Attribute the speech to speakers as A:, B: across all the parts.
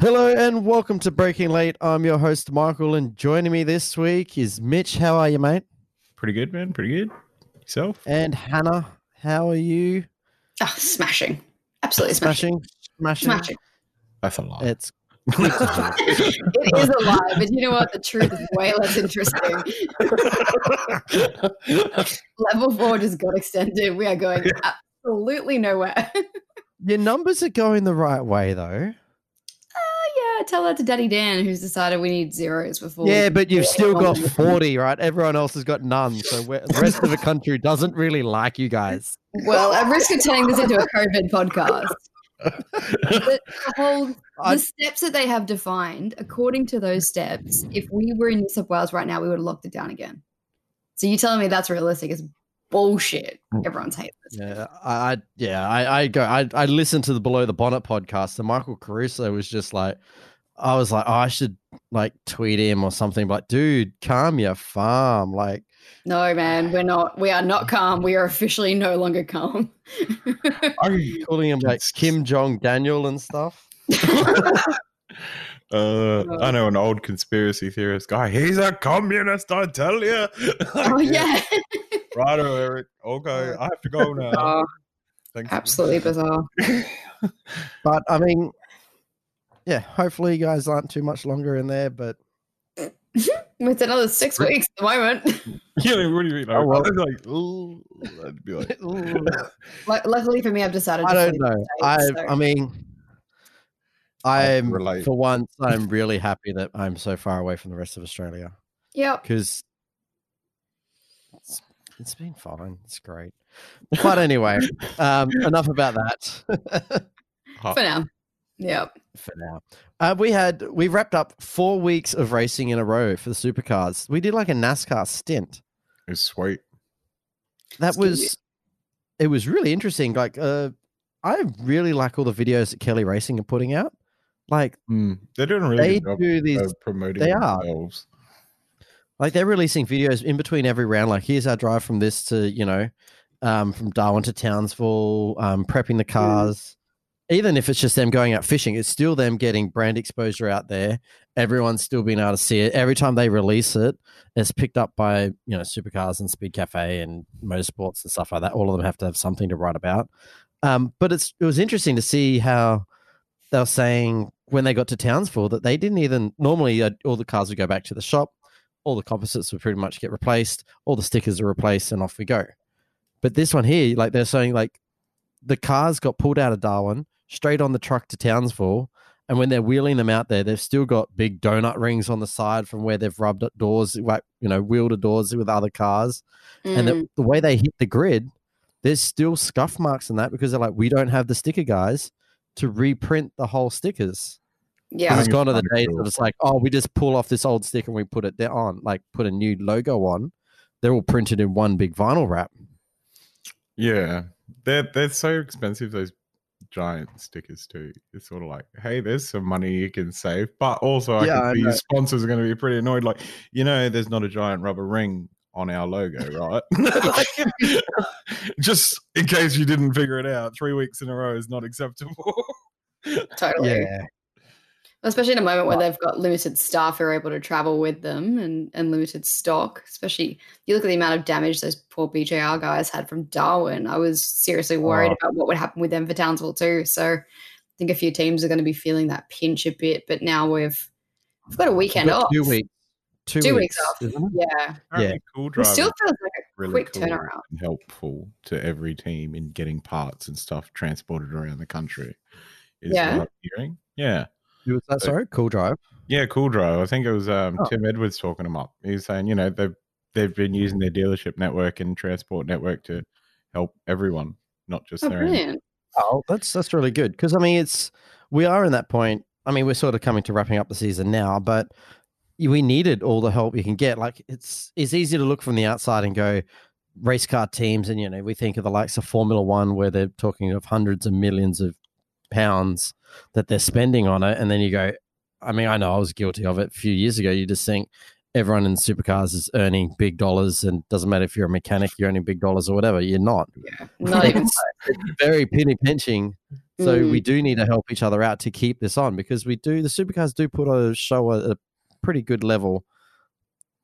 A: Hello and welcome to Breaking Late. I'm your host Michael, and joining me this week is Mitch. How are you, mate?
B: Pretty good, man. Pretty good. Yourself?
A: And Hannah, how are you?
C: Oh, smashing. Absolutely smashing.
A: Smashing, smashing.
C: Smashing.
B: That's a lot.
A: It's
C: it is a lie, but you know what? The truth is way less interesting. Level four just got extended. We are going absolutely nowhere. Oh,
A: your numbers are going the right way though.
C: Oh, yeah. Tell that to Daddy Dan, who's decided we need zeros before.
A: Yeah, but you've
C: Yeah,
A: still got
C: well-
A: 40, right? Everyone else has got none, so we're, the rest of the country doesn't really like you guys.
C: Well, at risk of turning this into a COVID podcast, the, the whole
A: I-
C: the steps that they have defined, according to those steps, if we were in New South Wales right now, we would have locked it down again. So you telling me that's realistic is bullshit.
A: Mm.
C: Everyone's hates this.
A: Yeah, I, I yeah, I, I go. I, I listened to the Below the Bonnet podcast, and Michael Caruso was just like, I was like, oh, I should like tweet him or something, but dude, calm your farm. Like,
C: No, man, we're not. We are not calm. We are officially no longer calm.
B: I,
A: calling him like Kim Jong Daniel and stuff.
B: uh, I know an old conspiracy theorist guy. He's a communist, I tell you.
C: oh yeah,
B: Right, Eric. Okay, I have to go now.
C: Oh,
B: Thanks.
C: absolutely bizarre.
A: But I mean, yeah, hopefully you guys aren't too much longer in there, but
C: It's another six weeks at the moment.
B: Yeah, like, what do you mean? Like,
A: Oh, well.
B: I was like, ooh, I'd be like,
A: Ooh.
C: Lu- Luckily for me, I've decided.
A: I
C: to
A: don't
C: sleep
A: know.
C: in
A: I,
C: the States,
A: I
C: so-
A: mean,
B: I
A: I'm
B: relate.
A: for once, I'm really happy that I'm so far away from the rest of Australia.
C: Yep.
A: because it's, it's been fine. It's great. But anyway, um, enough about that
B: "Huh."
A: Oh.
C: For now. Yep.
A: for now. Uh, we had we wrapped up four weeks of racing in a row for the supercars. We did like a NASCAR stint.
B: it's sweet.
A: That
C: That's good.
A: was it was really interesting. Like uh, I really like all the videos that Kelly Racing are putting out. Like
B: Mm, they're doing a
A: Hmm.
B: really
A: they
B: good job
A: do these
B: of promoting
A: they are.
B: themselves.
A: like they're releasing videos in between every round like here's our drive from this to you know um, from darwin to townsville um, prepping the cars even if it's just them going out fishing it's still them getting brand exposure out there everyone's still being able to see it every time they release it it's picked up by you know supercars and speed cafe and motorsports and stuff like that all of them have to have something to write about um, but it's it was interesting to see how they were saying when they got to townsville that they didn't even normally uh, all the cars would go back to the shop all the composites would pretty much get replaced, all the stickers are replaced, and off we go. But this one here, like they're saying, like the cars got pulled out of Darwin, straight on the truck to Townsville, and when they're wheeling them out there, they've still got big donut rings on the side from where they've rubbed at doors, like you know, wheeled at doors with other cars, and
C: Mm.
A: the, the way they hit the grid, there's still scuff marks in that because they're like, we don't have the sticker guys to reprint the whole stickers.
C: yeah.
A: Because
B: I
A: it's
B: think
A: gone to
B: it's
A: the
B: kinda
A: days
B: cool.
A: of it's like, oh, we just pull off this old stick and we put it there on, like put a new logo on. They're all printed in one big vinyl wrap.
B: Yeah, they're they're so expensive. Those giant stickers too. It's sort of like, hey, there's some money you can save, but also I
A: Yeah, I
B: can see
A: know.
B: your sponsors are going to be pretty annoyed. Like, you know, there's not a giant rubber ring on our logo, right? Like, just in case you didn't figure it out, three weeks in a row is not acceptable.
C: Totally. Especially in a moment where they've got limited staff who are able to travel with them and, and limited stock. Especially you look at the amount of damage those poor BJR guys had from Darwin. I was seriously worried
B: Oh.
C: about what would happen with them for Townsville too. So I think a few teams are going to be feeling that pinch a bit. But now we've we've got a weekend
A: Got
C: off.
A: Two weeks. Two,
C: Two
A: weeks.
C: weeks off.
A: isn't it?
C: Yeah.
B: Apparently cool
C: It
B: driver.
C: still feels like a
B: really
C: quick
B: cool
C: turnaround.
B: and helpful to every team in getting parts and stuff transported around the country. Is
C: Yeah.
B: what I'm hearing. Yeah.
A: Who was that? Sorry, Cool Drive.
B: Yeah, cool drive. I think it was um,
A: Oh.
B: Tim Edwards talking him up. He was saying, you know, they've they've been using their dealership network and transport network to help everyone, not just
C: Oh,
B: their own.
C: brilliant.
A: Oh, that's that's really good because I mean, it's we are in that point. I mean, we're sort of coming to wrapping up the season now, but y- we needed all the help we can get. Like it's it's easy to look from the outside and go race car teams, and you know we think of the likes of Formula One where they're talking of hundreds of millions of pounds that they're spending on it, and then you go, I mean, I know I was guilty of it a few years ago. You just think everyone in supercars is earning big dollars and doesn't matter if you're a mechanic, you're earning big dollars or whatever. You're not.
C: Yeah, not even. Mm.
A: Very penny pinching. So we do need to help each other out to keep this on because we do the supercars do put a show a, a pretty good level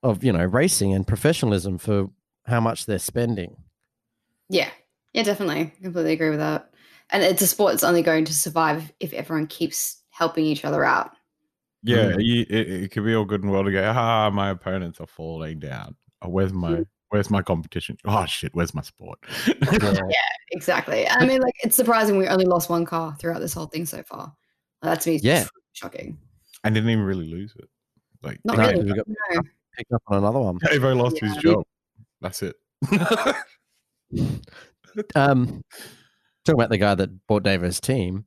A: of you know racing and professionalism for how much they're spending.
C: Yeah, yeah, definitely, completely agree with that. And it's a sport that's only going to survive if everyone keeps helping each other out.
B: Yeah,
A: Mm.
B: you, it, it could be all good and well to go. Ah, my opponents are falling down. Oh, where's my where's my competition? Oh shit, where's my sport?
A: Yeah.
C: Exactly. I mean, like it's surprising we only lost one car throughout this whole thing so far. Like, that to me is
A: Yeah. Mm.
C: shocking.
B: and didn't even really lose it. Like
C: Not
A: No,
C: really.
A: we got-
C: no.
A: Pick up on another one.
B: Davo lost his
C: Yeah.
B: job. That's it.
A: um, talking about the guy that bought Davo's team,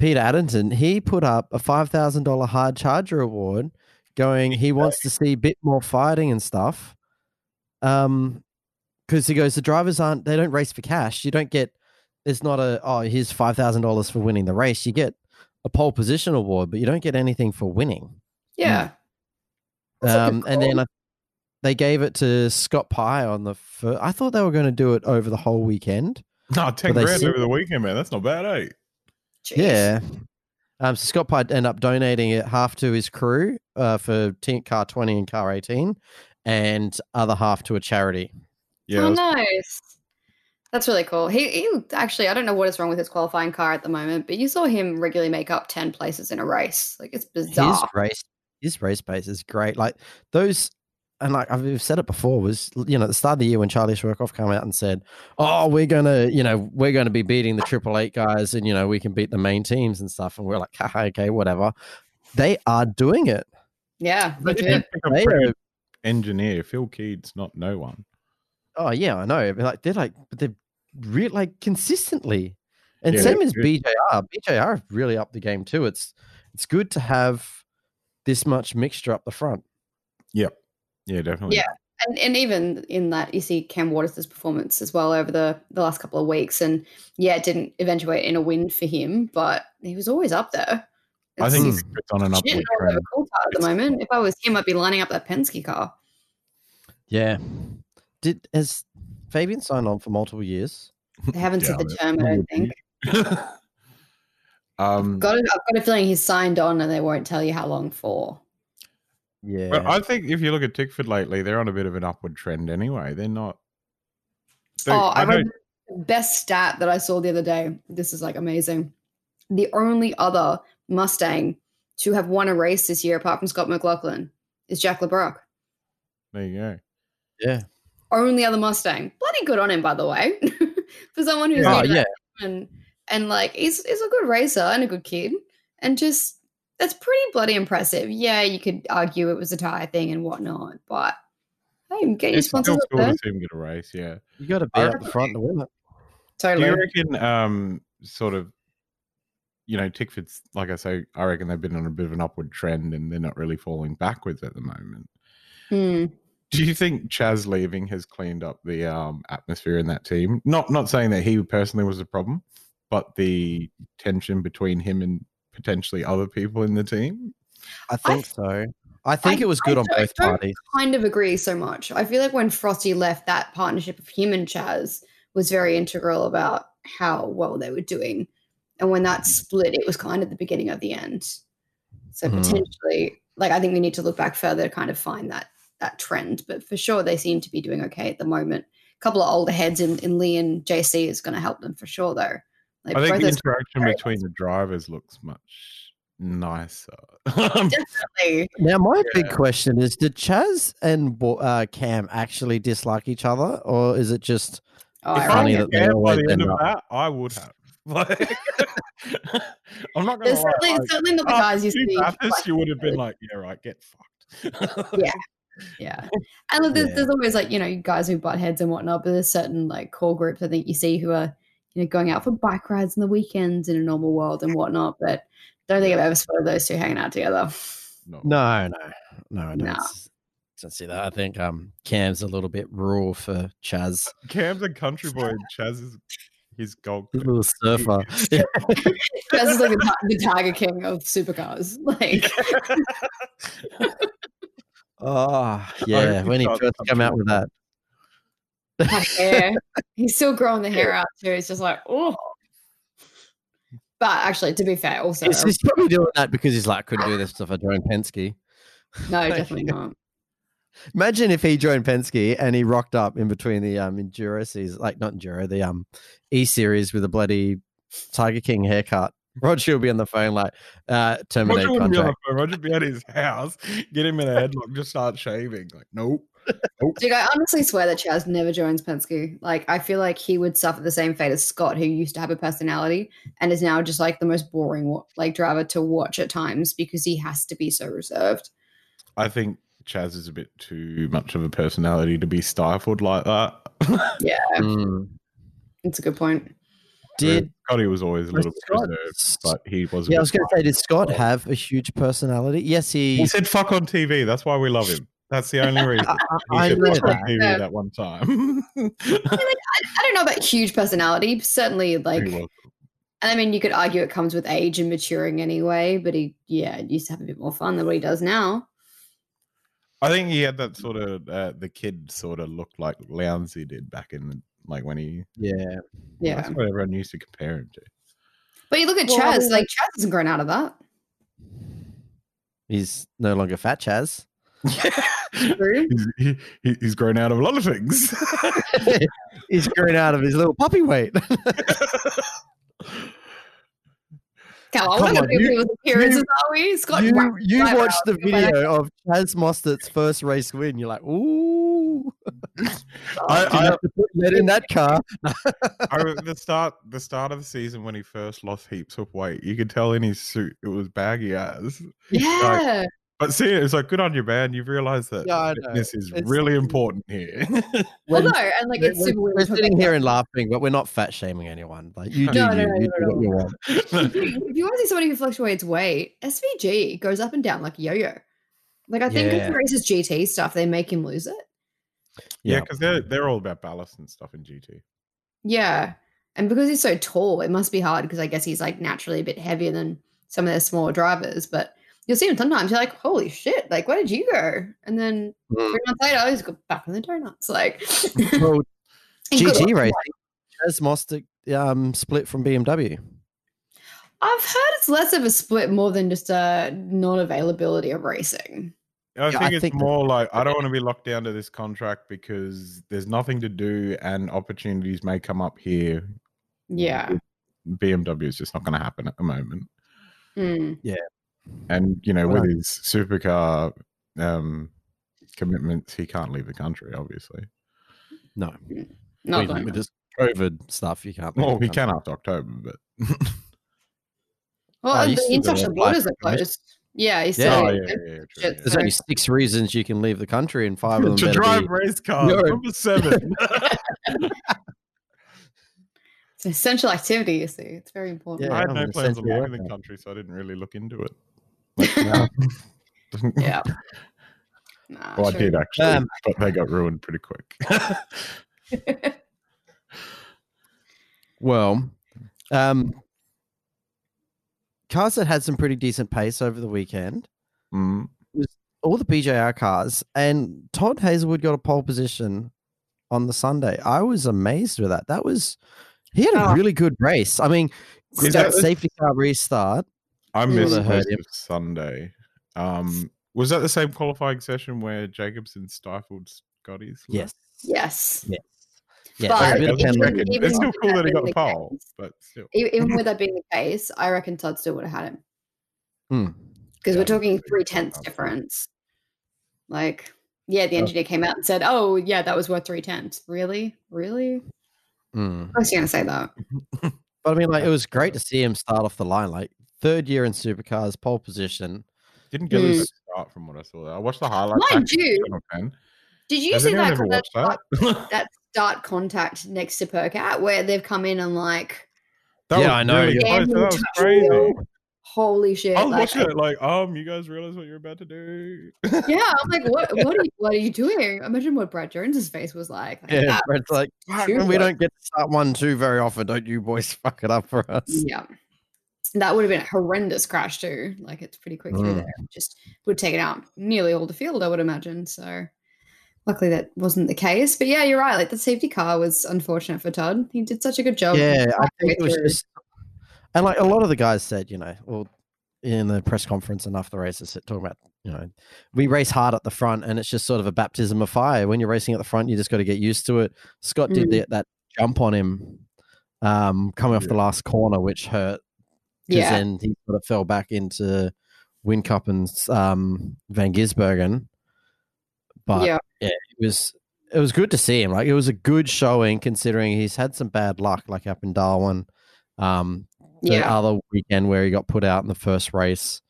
A: Peter Addington, he put up a five thousand dollar hard charger award, going he wants to see a bit more fighting and stuff. Um, because he goes, the drivers aren't they don't race for cash. You don't get there's not a oh here's five thousand dollars for winning the race. You get a pole position award, but you don't get anything for winning.
C: Yeah. That's a good
A: Um, and then I, they gave it to Scott Pye on the. Fir- I thought they were going to do it over the whole weekend.
B: No, ten
A: But they
B: grand
A: see-
B: over the weekend, man. That's not bad, eh?
C: Jeez.
A: Yeah. Um, so Scott Pye ended up donating it half to his crew uh, for team, car 20 and car 18 and other half to a charity.
B: Yeah,
C: oh,
B: that's-
C: nice. That's really cool. He, he actually, I don't know what is wrong with his qualifying car at the moment, but you saw him regularly make up 10 places in a race. Like, it's
A: His
C: bizarre.
A: race his race pace is great. Like those and like I've we've said it before was you know at the start of the year when Charlie Schwerkoff came out and said, "Oh, we're going to, you know, we're going to be beating the Triple Eight guys and you know, we can beat the main teams and stuff." And we're like, "Haha, "Okay, whatever." They are doing it.
C: yeah.
B: They
C: they do
B: did
C: it.
B: pick a
A: They
B: friggin'
A: are
B: engineer. Phil Keed's not no one.
A: Oh yeah, I know. But like they're like, but they're real like consistently, and
B: Yeah,
A: same
B: they're
A: as
B: good.
A: BJR. BJR have really up the game too. It's it's good to have this much mixture up the front.
B: Yeah, definitely.
C: Yeah. And, and even in that, you see Cam Waters' performance as well over the, the last couple of weeks. And yeah, it didn't eventuate in a win for him, but he was always up there.
B: I think
C: It's-
B: it's it's on an
C: he's shitting
B: upward
C: all over
B: trend.
C: cool car at the moment. If I was him, I'd be lining up that Penske car.
A: Yeah. Did has Fabian signed on for multiple years?
C: They haven't said
B: Doubt
C: the
B: it.
C: term, I don't think.
B: um,
C: Got a, I've got a feeling he's signed on and they won't tell you how long for.
A: Yeah.
B: but I think if you look at Tickford lately, they're on a bit of an upward trend anyway. They're not. they-
C: oh, I,
B: I know-
C: read the best stat that I saw the other day. This is like amazing. The only other Mustang to have won a race this year, apart from Scott McLaughlin, is Jack LeBrock.
B: there you go.
A: yeah.
C: Only other Mustang. Bloody good on him, by the way, for someone who's
A: Oh
C: new to that
A: yeah.
C: and and like he's he's a good racer and a good kid and just that's pretty bloody impressive. Yeah, you could argue it was a tire thing and whatnot, but hey, get your
B: It's
C: sponsors
B: still
C: up
B: cool
C: there.
B: to see him get a race. Yeah.
A: You got to be
B: I
A: up the front to win it.
B: Do you
C: Totally.
B: reckon, um, sort of, you know, Tickford's like I say, I reckon they've been on a bit of an upward trend and they're not really falling backwards at the moment.
C: Hmm.
B: Do you think Chaz leaving has cleaned up the um, atmosphere in that team? Not not saying that he personally was the problem, but the tension between him and potentially other people in the team.
A: I think so. I think it was good
C: I
A: on
C: don't-
A: both
C: don't-
A: parties.
C: Kind of agree so much. I feel like when Frosty left, that partnership of him and Chaz was very integral about how well they were doing. And when
B: Mm.
C: that split, it was kind of the beginning of the end. So
B: Mm-hmm.
A: Mhm.
C: potentially, like I think we need to look back further to kind of find that that trend. But for sure, they seem to be doing okay at the moment. A couple of older heads in, in Lee and JC is going to help them for sure, though. Like
B: I think
C: both
B: the
C: those
B: interaction
C: very
B: between the drivers looks much nicer. Um,
C: definitely
A: Now, my big
B: Yeah.
A: question is: Did Chaz and Bo- uh, Cam actually dislike each other, or is it just
C: oh,
B: if
C: I
B: I
A: funny
C: reckon.
A: that
B: was
A: they
B: there by
A: always
B: the
A: end
B: end of
A: up-
B: that, I would have. Like, I'm not going
C: There's
B: to lie.
C: certainly,
B: like,
C: certainly not the
B: "Oh,
C: guys you
B: you
C: see.
B: Mathis,
C: like,
B: you would have been like, yeah, right, get fucked.
C: Yeah. And look, there's,
A: Yeah.
C: there's always like, you know, guys who butt heads and whatnot, but there's certain like core groups I think you see who are, you know, going out for bike rides on the weekends in a normal world and whatnot. But don't think I've ever spotted those two hanging out together.
B: no.
A: No, no, no. I don't,
C: No.
A: s- don't see that. I think um, Cam's a little bit raw for Chaz.
B: Cam's a country boy. and Chaz is his gold.
A: He's a little surfer.
C: Chaz is like the, ti- the Tiger King of supercars. Like,
A: Oh, yeah. When he first came out with that.
C: Her hair. He's still growing the hair out too. It's just like, oh. But actually, to be fair, also
A: He's, he's probably doing that because he's like, couldn't do this if I joined Penske.
C: no, definitely not.
A: Imagine if he joined Penske and he rocked up in between the um Enduro season, like not Enduro, the um E series with a bloody Tiger King haircut. Roger will be on the phone like uh terminate
B: Roger wouldn't be on the
A: contract.
B: phone. Roger'd be at his house, get him in a headlock, just start shaving. Like, nope. Nope.
C: Dude, I honestly swear that Chaz never joins Penske. Like, I feel like he would suffer the same fate as Scott, who used to have a personality and is now just like the most boring wa- like driver to watch at times because he has to be so reserved.
B: I think Chaz is a bit too much of a personality to be stifled like that.
A: Mm.
C: It's a good point.
A: Did
B: Scotty was always a
A: Was
B: little
A: Scott-
B: reserved, but he was. a
A: yeah, I
B: bit
A: was going to say, did Scott have a huge personality? Yes,
B: He
A: he.
B: said fuck on TV. That's why we love him. That's the only reason. He
A: I
B: said
A: know
B: fuck on
A: that.
B: TV
C: Yeah.
B: that one time.
C: I don't know about huge personality, but certainly like,
B: He was.
C: and I mean, you could argue it comes with age and maturing anyway, but he, yeah, used to have a bit more fun than what he does now.
B: I think he had that sort of uh, the kid sort of look like Lounsey did back in like when he.
A: Yeah,
C: Yeah.
B: That's what everyone used to compare him to.
C: But you look at
A: Well, I
C: Chaz,
A: mean,
C: like, Chaz hasn't grown out of that.
A: he's no longer fat Chaz.
C: True.
B: he's, he, he- he's grown out of a lot of things.
A: he's grown out of his little puppy weight.
C: Come on,
A: Come
C: we're not
A: on,
C: going to
A: you-
C: do people's appearances, are we? Scott,
A: you
C: whacked his
A: you
C: eyebrows.
A: watched the
C: You're like,
A: video of Chaz Mostert's first race win. You're like, ooh,
B: I,
A: didn't have to put that in that car.
B: I re- the start the start of the season when he first lost heaps of weight, you could tell in his suit it was baggy as.
C: Yeah.
B: But see, it's like good on you, man. You've realized that
A: Yeah, I know.
B: this is
A: It's-
B: really important here.
A: When-
C: Although, and like it's
A: we're,
C: super weird.
A: we're
C: to put
A: sitting
C: that-
A: here and laughing, but we're not fat shaming anyone. Like you do,
C: No, no,
A: you,
C: no,
A: you
C: no,
A: do what you want.
C: if you want to see somebody who fluctuates weight, SVG goes up and down like a yo-yo. Like I think if
A: Yeah.
C: he races GT stuff, they make him lose it.
B: yeah, because they're they're all about ballast and stuff in GT.
C: Yeah, and because he's so tall, it must be hard because I guess he's like naturally a bit heavier than some of their smaller drivers. But you'll see him sometimes. You're like, holy shit! Like where did you go? And then
A: Mm.
C: three months later, he's got back in the donuts. Like
A: Well,
C: he's got-
A: GT racing. Chaz Mostert um, split from BMW.
C: I've heard it's less of a split, more than just a non-availability of racing.
B: I
A: Yeah, I
B: think it's
A: think that-
B: more like I don't want to be locked down to this contract because there's nothing to do and opportunities may come up here.
C: Yeah.
A: Mm.
B: BMW is just not going to happen at the moment.
C: Mm.
B: and you know with
A: Right.
B: his supercar um commitments he can't leave the country obviously
A: No,
C: Not
A: with-
C: going
A: with
C: on.
A: this COVID stuff, you can't.
B: well he can after october but
C: Well,
A: Oh,
C: and
A: you
C: the
A: still got a
C: international
A: life
C: borders are
A: permit.
C: closed. Yeah, he's
A: Yeah.
B: oh,
C: still.
B: yeah, yeah, yeah, true,
C: Shit.
A: There's only six reasons you can leave the country, and five
B: yeah.
A: of them
B: to
A: better
B: drive
A: be-
B: race cars
A: You're-
B: number seven
C: It's an essential activity, you see. It's very important.
B: i
A: Yeah.
B: had
A: I'm
B: no
A: an
B: plans of
A: essential
B: leaving the
A: worker.
B: country so i didn't really look into it
A: No.
C: Yeah. Nah,
B: well Oh, i
C: sure.
B: did actually
A: Um,
B: but they got ruined pretty quick
A: Well, um, cars that had some pretty decent pace over the weekend,
B: Mm.
A: all the BJR cars, and Todd Hazelwood got a pole position on the Sunday. I was amazed with that. That was he had a
C: Oh.
A: really good race. I mean,
B: Ah. Is
A: that
B: that-
A: safety car restart.
B: i
C: Mm.
B: missed
A: Would've heard
B: most
A: him.
B: of sunday um was that the same qualifying session where jacobson stifled scotty's lap?
A: Yes.
C: Yes.
A: Yes. Yeah,
C: But-
A: there's a bit of
B: Okay,
C: Even-
B: I
A: penalty.
B: reckon.
C: even
B: It's still
C: with
B: cool
C: that
B: that he got
C: being
B: a
C: the
B: pole,
C: case-
B: but still.
C: E- Even with that being the case, I reckon Todd still would have had him
A: Hmm.
C: because we're
B: Yeah,
C: talking
B: absolutely.
C: three tenths
B: Absolutely.
C: difference. Like, yeah, the engineer came out and said, "Oh, yeah, that was worth three tenths." Really, really?
A: Hmm.
C: I was going to say that.
A: But I mean, like, it was great to see him start off the line, like third year in supercars, pole position.
B: Didn't get his
C: Mm.
B: start from what I saw. There. I watched the highlights.
C: Mind
B: back on
C: you,
B: Channel 10.
C: Did you
B: Has
C: see
B: anyone
C: that?
B: ever
C: clip
B: watched
C: of
B: that? that
C: that start contact next to Percat where they've come in and like,
A: Yeah, I know,
B: Really
C: yeah.
B: close. That was
C: Damn,
B: crazy.
C: holy shit!
B: I was
C: like,
B: watching Oh, it like, um, you guys realize what you're about to do?
C: Yeah, I'm like, what? What are you, what are you doing? Imagine what Brad Jones's face was like. like,
A: Yeah,
C: "Ah,
A: Brad's like,
C: fuck,
A: "Fuck, we
C: what?"
A: don't get to start one two very often. Don't you boys fuck it up for us?
C: Yeah, that would have been a horrendous crash too. Like it's pretty quick through
A: Mm.
C: there. Just would have taken out nearly all the field, I would imagine. So luckily that wasn't the case. But yeah, you're right. Like the safety car was unfortunate for Todd. He did such a good job.
A: yeah, I
C: halfway
A: think it was
C: through.
A: just, and like a lot of the guys said, you know, well, in the press conference and after the races, said- talking about, you know, we race hard at the front, and it's just sort of a baptism of fire. When you're racing at the front, you just got to get used to it. Scott did
C: Mm.
A: the, that jump on him, um, coming off the last corner, which hurt. Because
C: yeah.
A: then he sort of fell back into Wincup and um, Van Gisbergen. But
C: yeah.
A: it was it was good to see him. Like it was a good showing considering he's had some bad luck, like up in Darwin. Um the
C: Yeah.
A: other weekend where he got put out in the first race.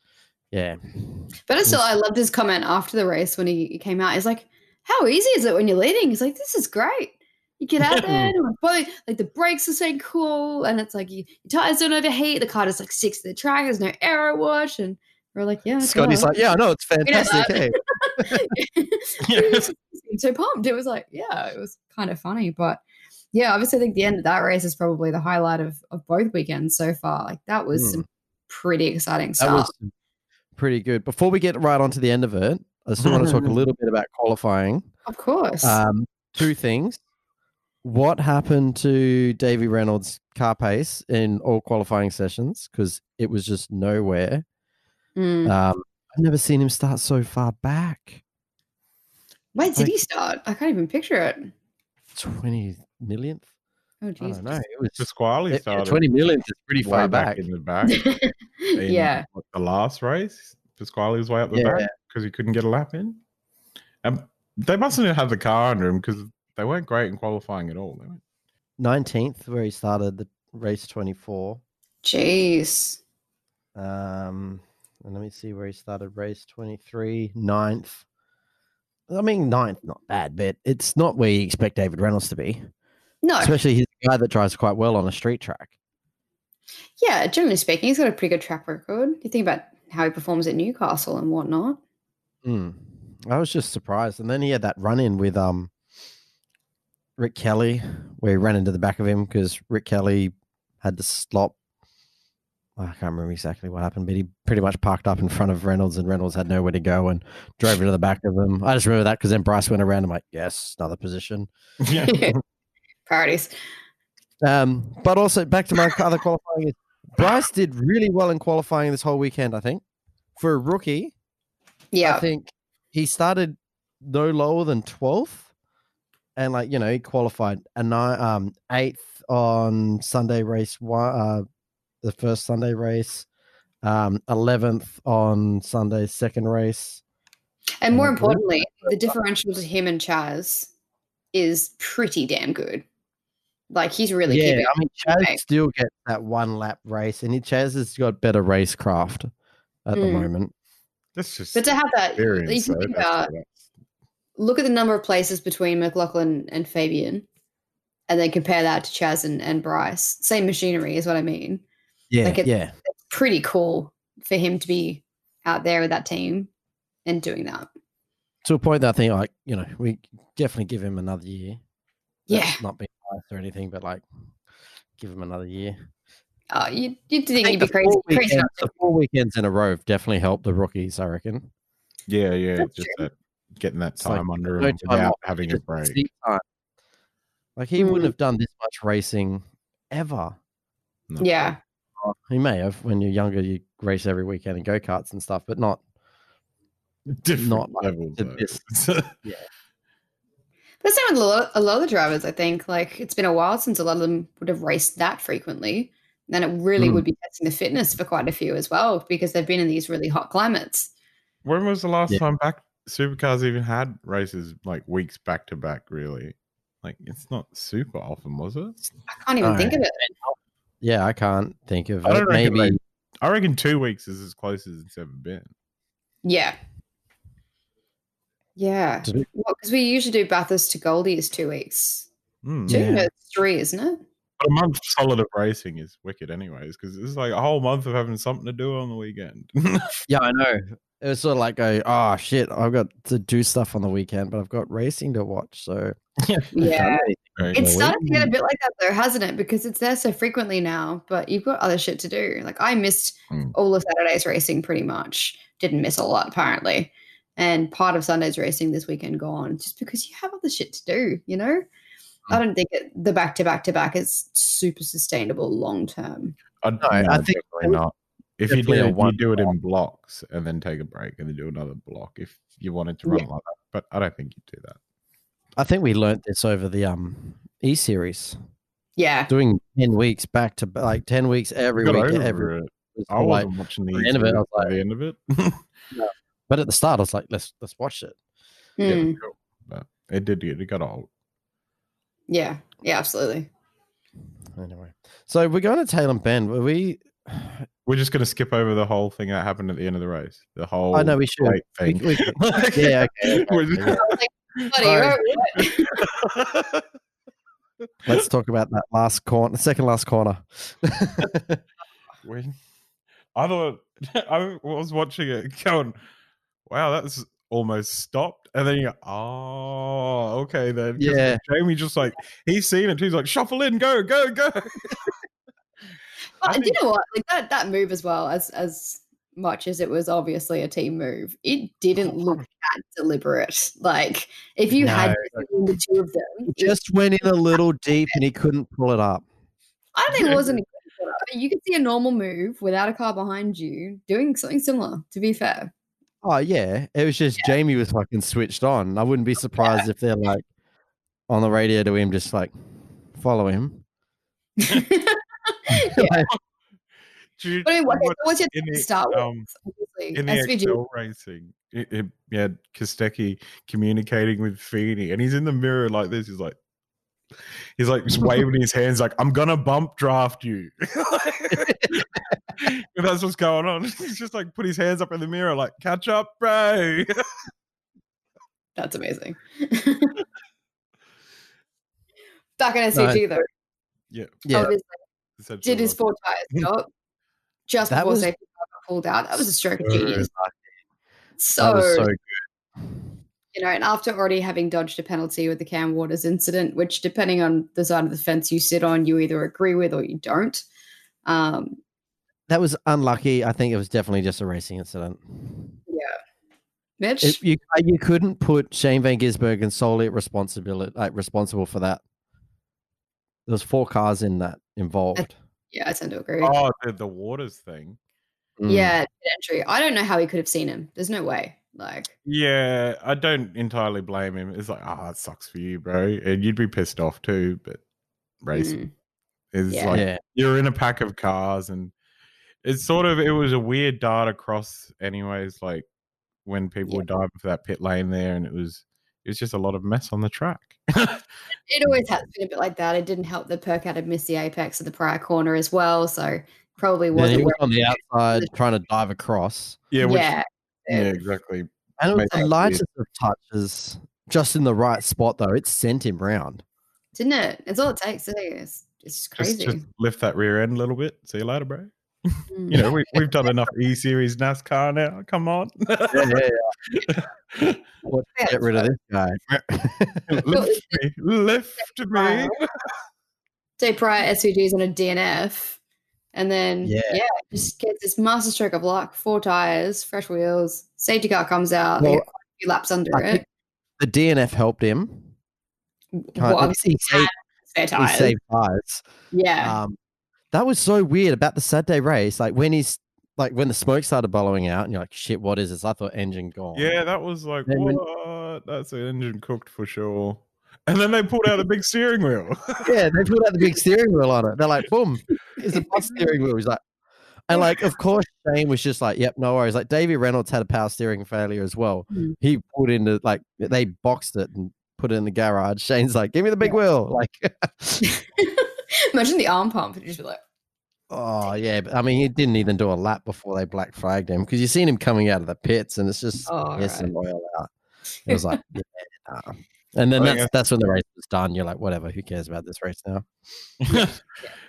A: Yeah.
C: But still, I loved his comment after the race when he he came out. He's like, "How easy is it when you're leading?" He's like, "This is great. You get out there, and we're both like the brakes are so cool, and it's like you, your tires don't overheat. The car is like six to the track. There's no arrow wash, and we're like, yeah."
A: Scotty's
C: duh."
A: like, Yeah, no, it's fantastic. hey."
C: He was just so pumped. It was like, yeah, it was kind of funny, but yeah, obviously, I think the end of that race is probably the highlight of of both weekends so far. Like that was
A: Hmm.
C: some pretty exciting
A: That
C: stuff.
A: was pretty good. Before we get right on to the end of it, I still want to talk a little bit about qualifying.
C: of course.
A: Um, two things. What happened to Davy Reynolds' car pace in all qualifying sessions? Because it was just nowhere.
C: Mm.
A: Um, I've never seen him start so far back.
C: Wait, did
A: like-
C: he start? I can't even picture it.
A: Twenty millionth?
C: Oh,
A: I
C: Jesus.
A: don't know. It was
B: Pasquale
A: it- yeah,
B: started
A: twenty millionth is pretty
B: way
A: far back.
B: in the back. in,
C: yeah.
B: what, the last race. Pasquale was way up the
A: Yeah.
B: back because he couldn't get a lap in. Um, they mustn't have had the car under him because they weren't great in qualifying at all. They weren't.
A: Nineteenth, where he started the race twenty four.
C: Jeez.
A: Um, and let me see where he started race 23, ninth. I mean, ninth, not bad, but it's not where you expect David Reynolds to be,
C: No.
A: especially he's a guy that drives quite well on a street track.
C: yeah, generally speaking, he's got a pretty good track record. You think about how he performs at Newcastle and whatnot.
A: Mm. I was just surprised. And then he had that run in with um Rick Kelly where he ran into the back of him because Rick Kelly had to stop. I can't remember exactly what happened, but he pretty much parked up in front of Reynolds and Reynolds had nowhere to go and drove into the back of him. I just remember that because then Bryce went around. I'm like, yes, another position.
B: Yeah.
C: Priorities.
A: Um, but also back to my other qualifying. is Bryce did really well in qualifying this whole weekend, I think. For a rookie, I
C: Yeah.
A: think he started no lower than 12th. And like, you know, he qualified a nine, um, eighth on Sunday race one, uh, the first Sunday race, um, 11th on Sunday's second race.
C: And more
A: Mhm.
C: importantly, the differential to him and Chaz is pretty damn good. Like he's really
A: yeah,
C: keeping
A: I mean, Chaz
C: okay.
A: still gets that one lap race, and he- Chaz has got better racecraft at the
C: Mm.
A: moment.
B: That's just
C: But to have that, you
B: experience.
C: can
B: though.
C: think
B: That's
C: about,
B: what it is.
C: look at the number of places between McLaughlin and Fabian, and then compare that to Chaz and, and Bryce. Same machinery is what I mean.
A: Yeah,
C: Like it-
A: yeah,
C: it's pretty cool for him to be out there with that team and doing that.
A: to a point that I think, like, you know, we definitely give him another year.
C: Yeah.
A: That's not being biased or anything, but like, give him another year.
C: Oh, you you
A: I
C: think
A: think
C: you'd be
A: the
C: crazy,
A: four
C: crazy
A: weekends-
C: not to.
A: the four weekends in a row have definitely helped the rookies, I reckon.
B: Yeah, yeah.
C: That's
B: Just that, getting that
A: It's like,
B: time under
A: no
B: him
A: time
B: without
A: off,
B: having a
A: Just
B: break.
A: seat time. Like he
C: Mm.
A: wouldn't have done this much racing ever.
B: No.
C: Yeah,
B: Oh.
A: He may have when you're younger, you race every weekend in go karts and stuff, but not.
B: Different
A: Not like
B: level.
A: the
B: though.
C: but same with a lot, a lot of the drivers. I think like it's been a while since a lot of them would have raced that frequently. Then it really
A: Mm.
C: would be testing the fitness for quite a few as well because they've been in these really hot climates.
B: when was the last
A: Yeah.
B: time back supercars even had races like weeks back to back? Really, like it's not super often, was it?
C: I can't even
A: No.
C: think of it.
A: Yeah, I can't think of
B: I
A: it.
B: don't reckon,
A: Maybe
B: like- I reckon two weeks is as close as it's ever been.
C: Yeah, yeah.
A: Did we-
C: Because we usually do Bathurst to Goldie is two weeks.
B: Hmm.
C: Two,
A: Yeah.
C: no, it's three, isn't it?
B: But a month solid of racing is wicked, anyways, because it's like a whole month of having something to do on the weekend.
A: yeah, I know. It was sort of like go, oh shit, I've got to do stuff on the weekend, but I've got racing to watch. So
C: Yeah.
B: Right.
C: It's started to get a bit like that though, hasn't it? Because it's there so frequently now, but you've got other shit to do. Like I missed
B: Mm.
C: all of Saturday's racing pretty much. Didn't miss a lot apparently. And part of Sunday's racing this weekend gone just because you have other shit to do, you know? I don't think it, the back to back to back is super sustainable long term.
B: I, no, I think definitely not. If you
A: Definitely
B: do,
A: a
B: it, you
A: one
B: do it in blocks and then take a break and then do another block if you wanted to run
C: Yeah.
B: it like that. But I don't think you do that.
A: I think we learnt this over the um E series.
C: Yeah.
A: Doing ten weeks back to like ten weeks every
B: Got
A: week.
B: over
A: Every
B: it.
A: was
B: I
A: all like-
B: wasn't watching the
A: the end of it, I was
B: by the end of it.
A: but at the start, I was like, let's let's watch it.
B: Yeah,
A: hmm.
C: Mm.
B: cool. But it did get it got old.
C: Yeah. Yeah, absolutely.
A: Anyway, so we're going to Tail and Bend. Were we?
B: We're just gonna skip over the whole thing that happened at the end of the race. The whole
A: I know we should.
B: plate
A: We-
B: Oh, thing.
A: we- yeah, okay,
B: We're
A: okay,
B: just-
A: yeah.
C: Buddy,
A: Sorry.
C: right, what?
A: Let's talk about that last corner, second last corner.
B: We- I thought I was watching it going, wow, that's almost stopped. And then you go, oh, okay, then. 'Cause
A: Yeah.
B: Jamie just like, he's seen it. too, He's like, shuffle in, go, go, go. I
C: But you know what? Like that that move as well, as as much as it was obviously a team move, it
B: Oh,
C: didn't look that deliberate. Like if you had between the two of them, it-
A: Just went in a little deep and he couldn't pull it up.
C: I don't think it wasn't. a good setup, But you could see a normal move without a car behind you doing something similar. To be fair,
A: Oh yeah, it was just Jamie was fucking switched on. I wouldn't be surprised if they're like on the radio to him, just like follow him. Like,
B: Do you-
C: but anyway,
B: what-
C: what's your
B: in
C: to
B: the,
C: start with?
B: um,
C: obviously,
B: in the
C: SVG.
B: XL racing, it, it, you had Kostecki communicating with Feeney, and he's in the mirror like this. He's like, he's like just waving his hands, like, I'm gonna bump draft you. And that's what's going on. He's just like put his hands up in the mirror, like, catch up, bro.
C: That's amazing. Back in SVG though,
A: yeah,
C: obviously
B: Essentially
C: did his
B: what-
C: four tires stop just
A: That
C: before
A: was-
C: safety car got pulled out? That was a stroke of
B: So
C: genius. So,
A: that was so good.
C: you know, and after already having dodged a penalty with the Cam Waters incident, which depending on the side of the fence you sit on, you either agree with or you don't. Um,
A: That was unlucky. I think it was definitely just a racing incident.
C: Mitch,
A: It, you uh, you couldn't put Shane Van Gisbergen solely responsibility like responsible for that. There was four cars in that involved.
C: yeah, I tend to agree.
B: Oh, the, the waters thing.
A: Mm.
C: Yeah, good entry. I don't know how he could have seen him. There's no way. Like,
B: Yeah, I don't entirely blame him. It's like, oh, it sucks for you, bro. And you'd be pissed off too, but racing
C: mm,
B: is
C: Yeah.
B: like
A: yeah,
B: you're in a pack of cars and it's sort of it was a weird dart across anyways like when people
C: Yeah.
B: were diving for that pit lane there and it was it was just a lot of mess on the track
C: it always has been a bit like that. It didn't help that Perk had missed the apex of the prior corner as well, so probably
A: And he was
C: wasn't. where-
A: on the outside trying to dive across,
B: yeah which, yeah.
C: yeah,
B: exactly
A: and it was
B: Mate,
A: the
B: that's
A: lightest of touches, just in the right spot though. It sent him round.
C: didn't it? It's all it takes. isn't it? It's, it's
B: just,
C: just crazy.
B: just lift that rear end a little bit see you later bro
C: Mm.
B: you know we, we've done enough e-series nascar now come on
A: What,
C: Yeah,
A: get rid of this guy.
B: lift me lift me
C: Wow. Day prior, SVG's on a DNF. And then,
A: Yeah.
C: yeah, just gets this masterstroke of luck, four tires, fresh wheels, safety car comes out, they
A: Well,
C: get quite a few laps under
A: I
C: it.
A: think the DNF helped him. Kind
C: Well,
A: of-
C: obviously,
A: he saved,
C: spare
A: he
C: tires.
A: saved lives.
B: uh,
C: yeah.
A: Um, that was so weird about the Saturday race. Like when he's like when the smoke started billowing out, and you're like, "Shit, what is this?" I thought engine gone.
B: yeah that was like
A: Then when-
B: what that's an engine cooked for sure and then they pulled out a big steering wheel
A: yeah. They pulled out the big steering wheel on it. They're like, "Boom, it's a bus steering wheel." He's like, and like, of course, Shane was just like, "Yep, no worries." Like Davy Reynolds had a power steering failure as well.
C: Hmm.
A: He pulled into like they boxed it and put it in the garage. Shane's like, "Give me the big wheel!" Like,
C: Imagine the arm pump. It'd just be like,
A: Oh yeah, but I mean, he didn't even do a lap before they black flagged him because you seen him coming out of the pits, and it's just
C: Oh,
A: yes
C: right.
A: and oil out. It was like, yeah, nah. and then
B: I think
A: that's that's when the race was done. You're like, whatever, who cares about this race now?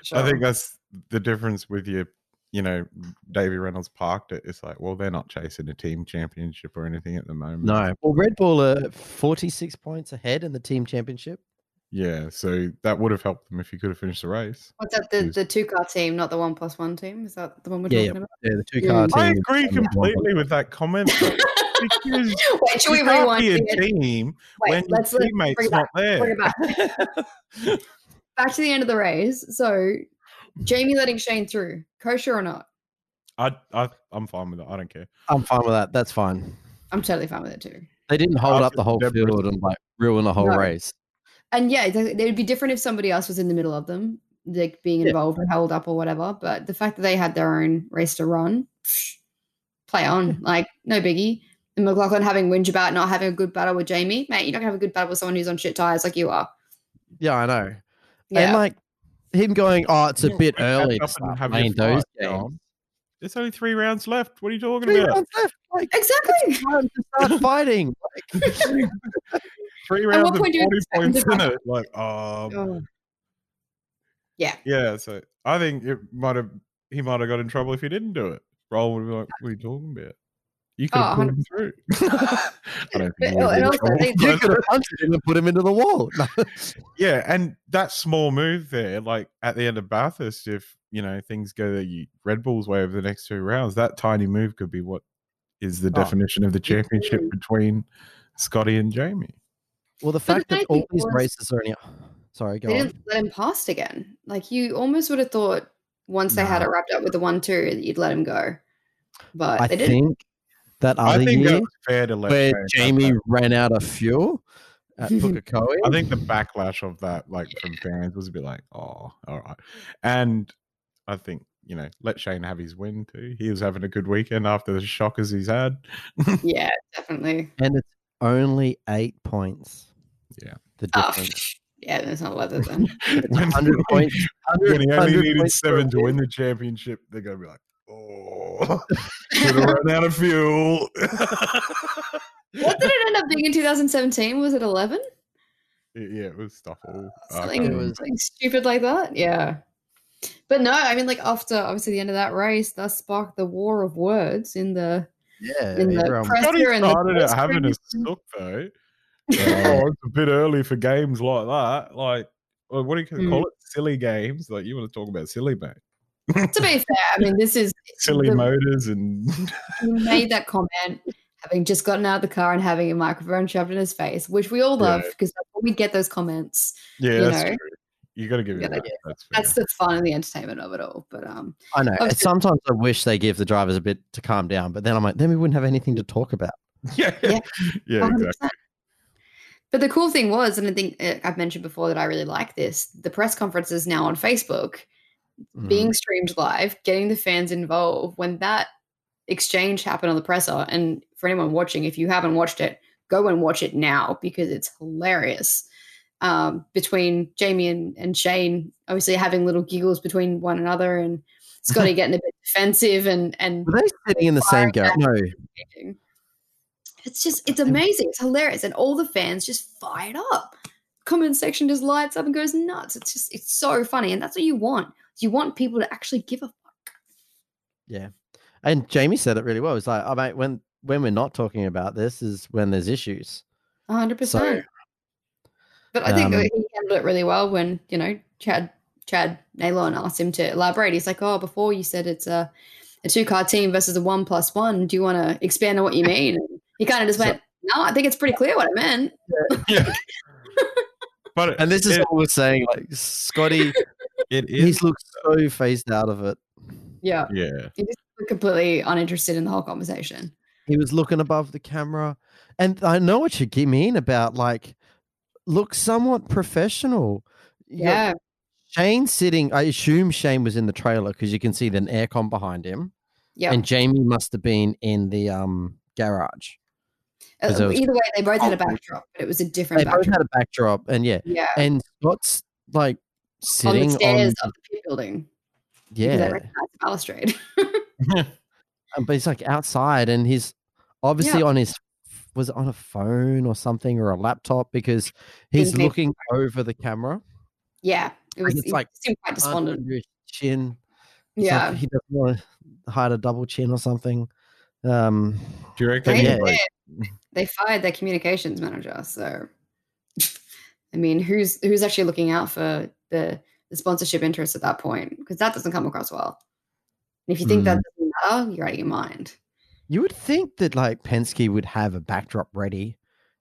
C: sure.
B: I think that's the difference with your you know, Davy Reynolds parked it, it's like, well, they're not chasing a team championship or anything at the moment.
A: No. Well, Red Bull are 46 points ahead in the team championship.
B: Yeah, so that would have helped them if you could have finished the race.
C: What's that?
B: Hmm.
C: The, the two car team, not the one plus one team. Is that the one we're
A: Yeah,
C: talking about?
A: Yeah, the two car
B: I
A: team.
B: agree completely with that comment. though, because
C: Wait, should we
B: you can't
C: rewind?
B: be
C: it?
B: a team
C: Wait,
B: when your
C: let's let's bring
B: teammates
C: it back.
B: not there.
C: Bring it back. Back to the end of the race. So, Jamie letting Shane through, kosher or not?
B: I, I, I'm fine with it. I don't care.
A: I'm fine with that. That's fine.
C: I'm totally fine with it too.
A: They didn't hold up
B: After
A: the whole
B: Deborah's-
A: field and like ruin the whole
C: No.
A: race.
C: And yeah, they- they'd be different if somebody else was in the middle of them, like being
A: Yeah.
C: involved and held up or whatever. But the fact that they had their own race to run, play on, like no biggie. And McLaughlin having whinge about not having a good battle with Jamie, mate, you're not gonna have a good battle with someone who's on shit tires like you are.
A: Yeah, I know.
C: Yeah,
A: And like him going, oh, it's a
B: Yeah,
A: bit
B: catch
A: early. To
B: up and
A: start
B: have your
A: playing those
B: fight, you know.
A: games."
B: There's only three rounds left. What are you talking
A: Three
B: about?
A: rounds left. Like,
C: exactly.
A: time to start fighting.
B: Three
C: At
B: rounds
C: what
B: and
C: point do you
B: 40
C: expect them
B: points
C: to
B: in it. Like, um,
C: Oh. Yeah,
B: yeah. So I think it might have, he might have got in trouble if he didn't do it. Roll would be like, what are you talking about? You could
C: Oh,
B: have pulled him through. I don't
C: But-
B: think he was
C: and
B: in
C: also,
B: trouble,
C: they-
B: but-
A: You could have punched him and put him into the wall.
B: Yeah, and that small move there, like at the end of Bathurst, if you know things go the Red Bull's way over the next two rounds, that tiny move could be what is
C: Oh,
B: the definition of the championship
C: Mhm.
B: between Scotty and Jamie.
A: well, the
C: But
A: fact that
C: the main
A: all
C: thing
A: these
C: was-
A: races are in. Sorry, go
C: they
A: on.
C: didn't let him past again. Like you almost would have thought once they had
A: Nah.
C: it wrapped up with the one two that you'd let him go, but
A: I
C: they didn't.
A: think that other
B: I think
A: year
B: that was fair to let
A: where
B: Shane have
A: Jamie ran out of fuel at Pukekohe.
B: that. I think the backlash of that, like from fans, was a bit like, oh, all right. And I think you know, let Shane have his win too. He was having a good weekend after the shockers he's had.
C: Yeah, definitely.
A: and it's only eight points.
B: Yeah.
A: the
C: Oh,
A: difference.
C: yeah, that's not worth it then.
B: When-
A: 100 points. 100,
B: when he only
A: 100
B: needed
A: points for
B: seven
A: a
B: to win the championship, they're gonna be like, oh, should have run out of fuel.
C: what did it end up being in 2017? Was it 11?
B: yeah, it was stuff all. I can't
C: Something,
B: remember.
C: something stupid like that? Yeah. But no, I mean, like after obviously the end of that race, that sparked the war of words in the
A: Yeah,
C: in the
A: everyone-
B: Scotty
C: presser and the
B: started at
C: press
B: having a
C: conference.
B: sook though. oh, it's a bit early for games like that. Like, well, what do you
C: Mm.
B: call it? Silly games. Like you want to talk about silly mate,
C: To be fair, I mean, this is
B: silly
C: the-
B: motors and
C: he made that comment having just gotten out of the car and having a microphone shoved in his face, which we all
B: Yeah.
C: love because that's when we get those comments.
B: yeah,
C: You
B: that's
C: know.
B: true. You got to give
C: You
B: it
C: gotta
B: that.
C: do
B: That's fair.
C: That's the fun and the entertainment of it all. But um,
A: I know.
C: Okay.
A: Sometimes I wish they give the drivers a bit to calm down, but then I'm like, then we wouldn't have anything to talk about.
B: yeah,
C: Yeah.
B: yeah,
A: Um,
B: yeah,
C: 100%.
B: exactly.
C: But the cool thing was, and I think uh, I've mentioned before that I really like this. The press conference is now on Facebook,
B: Mm-hmm.
C: being streamed live, getting the fans involved. When that exchange happened on the presser, and for anyone watching, if you haven't watched it, go and watch it now because it's hilarious. Um, between Jamie and, and Shane, obviously having little giggles between one another, and Scotty getting a bit defensive, and and
A: Were they sitting in the same go? No,
C: engaging. It's just, it's amazing. It's hilarious. And all the fans just fired up. Comment section just lights up and goes nuts. It's just, it's so funny. And that's what you want. You want people to actually give a fuck.
A: and Jamie said it really well. It's like, oh mate, when when we're not talking about this is when there's issues.
C: 100%.
A: So,
C: but I think
A: um,
C: he handled it really well when, you know, Chad, Chad Nalon asked him to elaborate. He's like, oh, before you said it's a, a two car team versus a one plus one. Do you want to expand on what you mean? And he kind of just
A: So-
C: went, no, I think it's pretty clear what I meant.
B: But it-
A: And this is
B: it,
A: what we're saying. Like Scotty,
B: it is.
A: he's looked so phased out of it.
C: Yeah.
B: Yeah,
C: completely uninterested in the whole conversation.
A: He was looking above the camera, and I know what you give me in about. Like, look somewhat professional. You got
C: Yeah.
A: Shane sitting. I assume Shane was in the trailer because you can see the aircon behind him,
C: Yeah.
A: and Jamie must have been in the um garage.
C: Uh,
A: as I was-
C: Either way, they both had a backdrop, but it was a different
A: They both
C: backdrop.
A: had a backdrop, and yeah,
C: yeah.
A: and Scott's like
C: On the
A: sitting on,
C: stairs of the pit building. because I
A: yeah,
C: recognised the balustrade.
A: um, but he's like outside, and he's obviously on his was it on a phone or something or a laptop because he's
C: Thinking.
A: looking over the camera.
C: yeah. It was
A: it's like,
C: it seemed quite despondent.
A: under his Chin, It's
C: Yeah.
A: like he doesn't want to hide a double chin or something. Um,
B: Do you reckon?
A: But
C: They
A: yeah.
B: like,
C: did. They fired their communications manager, so I mean, who's who's actually looking out for the, the sponsorship interests at that point? Because that doesn't come across well. And if you think
A: Mm.
C: that doesn't matter, you're out of your mind.
A: you would think that like Penske would have a backdrop ready,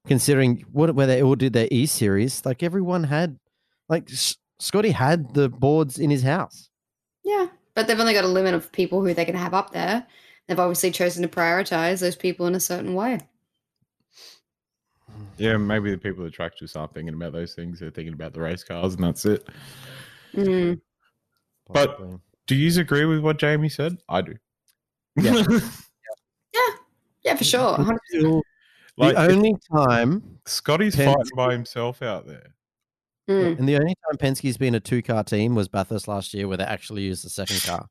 A: considering what where they all did their E series. Like everyone had, like S- Scotty had the boards in his house.
C: Yeah, but they've only got a limit of people who they can have up there. They've obviously chosen to prioritize those people in a certain way.
B: yeah, maybe the people at track just aren't thinking about those things. They're thinking about the race cars, and that's it.
C: Mm.
B: But-
A: Possibly.
B: Do you agree with what Jamie said? I do.
A: Yeah.
C: Yeah, for sure. 100%.
A: the
B: like
A: only time
B: Scotty's
A: Pence-
B: fighting by himself out there.
C: Mm.
A: and the only time Penske's been a two car team was Bathurst last year, where they actually used the second car.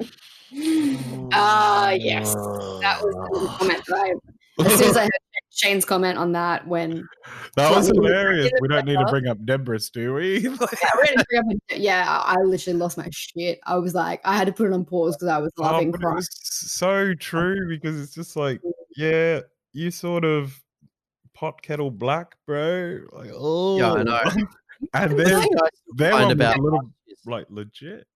A: Oh,
C: Ah, yes. That was the comment that I, as soon as I heard Shane's comment on that when
B: that was hilarious.
C: Yeah.
B: We don't need to bring up Deborah's, do we? Like,
C: yeah, we're gonna bring up a- yeah, I I literally lost my shit. I was like, I had to put it on pause because I was
B: oh,
C: laughing,
B: but it
C: crying.
B: was so true because it's just like, yeah, you sort of pot kettle black, bro. Like, oh,
A: I know.
B: and
A: The
B: then
A: thing I
B: they're
A: find
B: one was
A: about
B: a little like legit.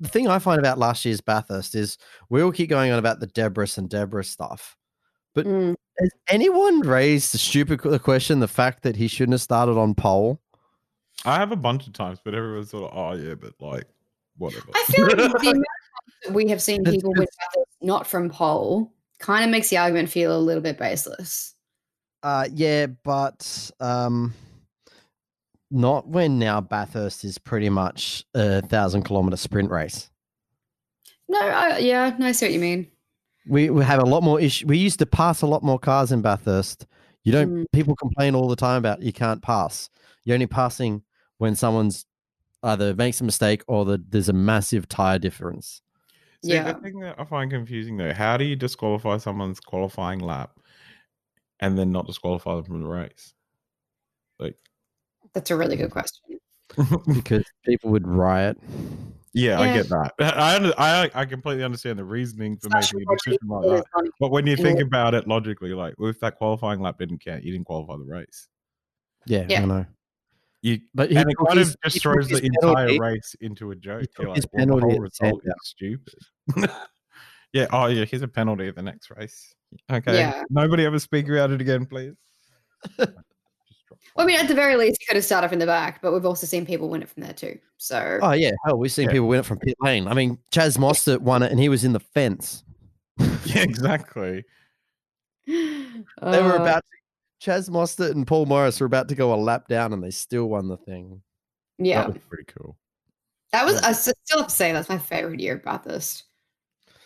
A: the thing I find about last year's Bathurst is we all keep going on about the Deborah and Deborah stuff. but-
C: Mm.
A: Has anyone raised the stupid qu- question, the fact that he shouldn't have started on pole?
B: I have a bunch of times, but everyone's sort of, oh yeah, but like, whatever.
C: I feel like the amount of times that we have seen
A: It's
C: people with others not from pole kind of makes the argument feel a little bit baseless.
A: Uh, yeah, but um, not when now Bathurst is pretty much a thousand kilometer sprint race.
C: No, I, yeah, no, I see what you mean.
A: We, we have a lot more issue. We used to pass a lot more cars in Bathurst. You don't.
C: Mm.
A: People complain all the time about you can't pass. You're only passing when someone's either makes a mistake or the, there's a massive tire difference.
B: See,
C: Yeah.
B: the thing that I find confusing though, how do you disqualify someone's qualifying lap and then not disqualify them from the race?
C: That's a really good question.
A: because people would riot.
B: yeah, I
C: Yeah.
B: get that. I, under, I I completely understand the reasoning for
C: Sasha
B: making a
C: Rodriguez
B: decision like that.
C: on-
B: But when you
C: Yeah.
B: think about it logically, like well, if that qualifying lap didn't count, you didn't qualify the race.
A: Yeah,
C: Yeah.
A: I know.
B: You
A: But he
B: and it
A: took
B: kind
A: his-
B: of
A: he
B: just
A: took
B: throws
A: his
B: the entire
A: penalty.
B: race into a joke.
A: took
B: You're like,
A: his
B: well, the
A: penalty
B: whole
A: at
B: result
A: Sandown.
B: is stupid. yeah. Oh yeah. Here's a penalty at the next race. Okay.
C: Yeah.
B: Nobody ever speak about it again, please. Just drop
C: Well, I mean, at the very least, you could have started from the back, but we've also seen people win it from there too. So,
A: Oh yeah, hell, we've seen
B: Yeah.
A: people win it from pit lane. I mean, Chaz Mostert won it, and he was in the fence.
B: Yeah, exactly.
A: They were
C: Uh,
A: about to, Chaz Mostert and Paul Morris were about to go a lap down, and they still won the thing.
C: yeah.
B: That was pretty cool.
C: That was, I s- still have to say, that's my favorite year of Bathurst.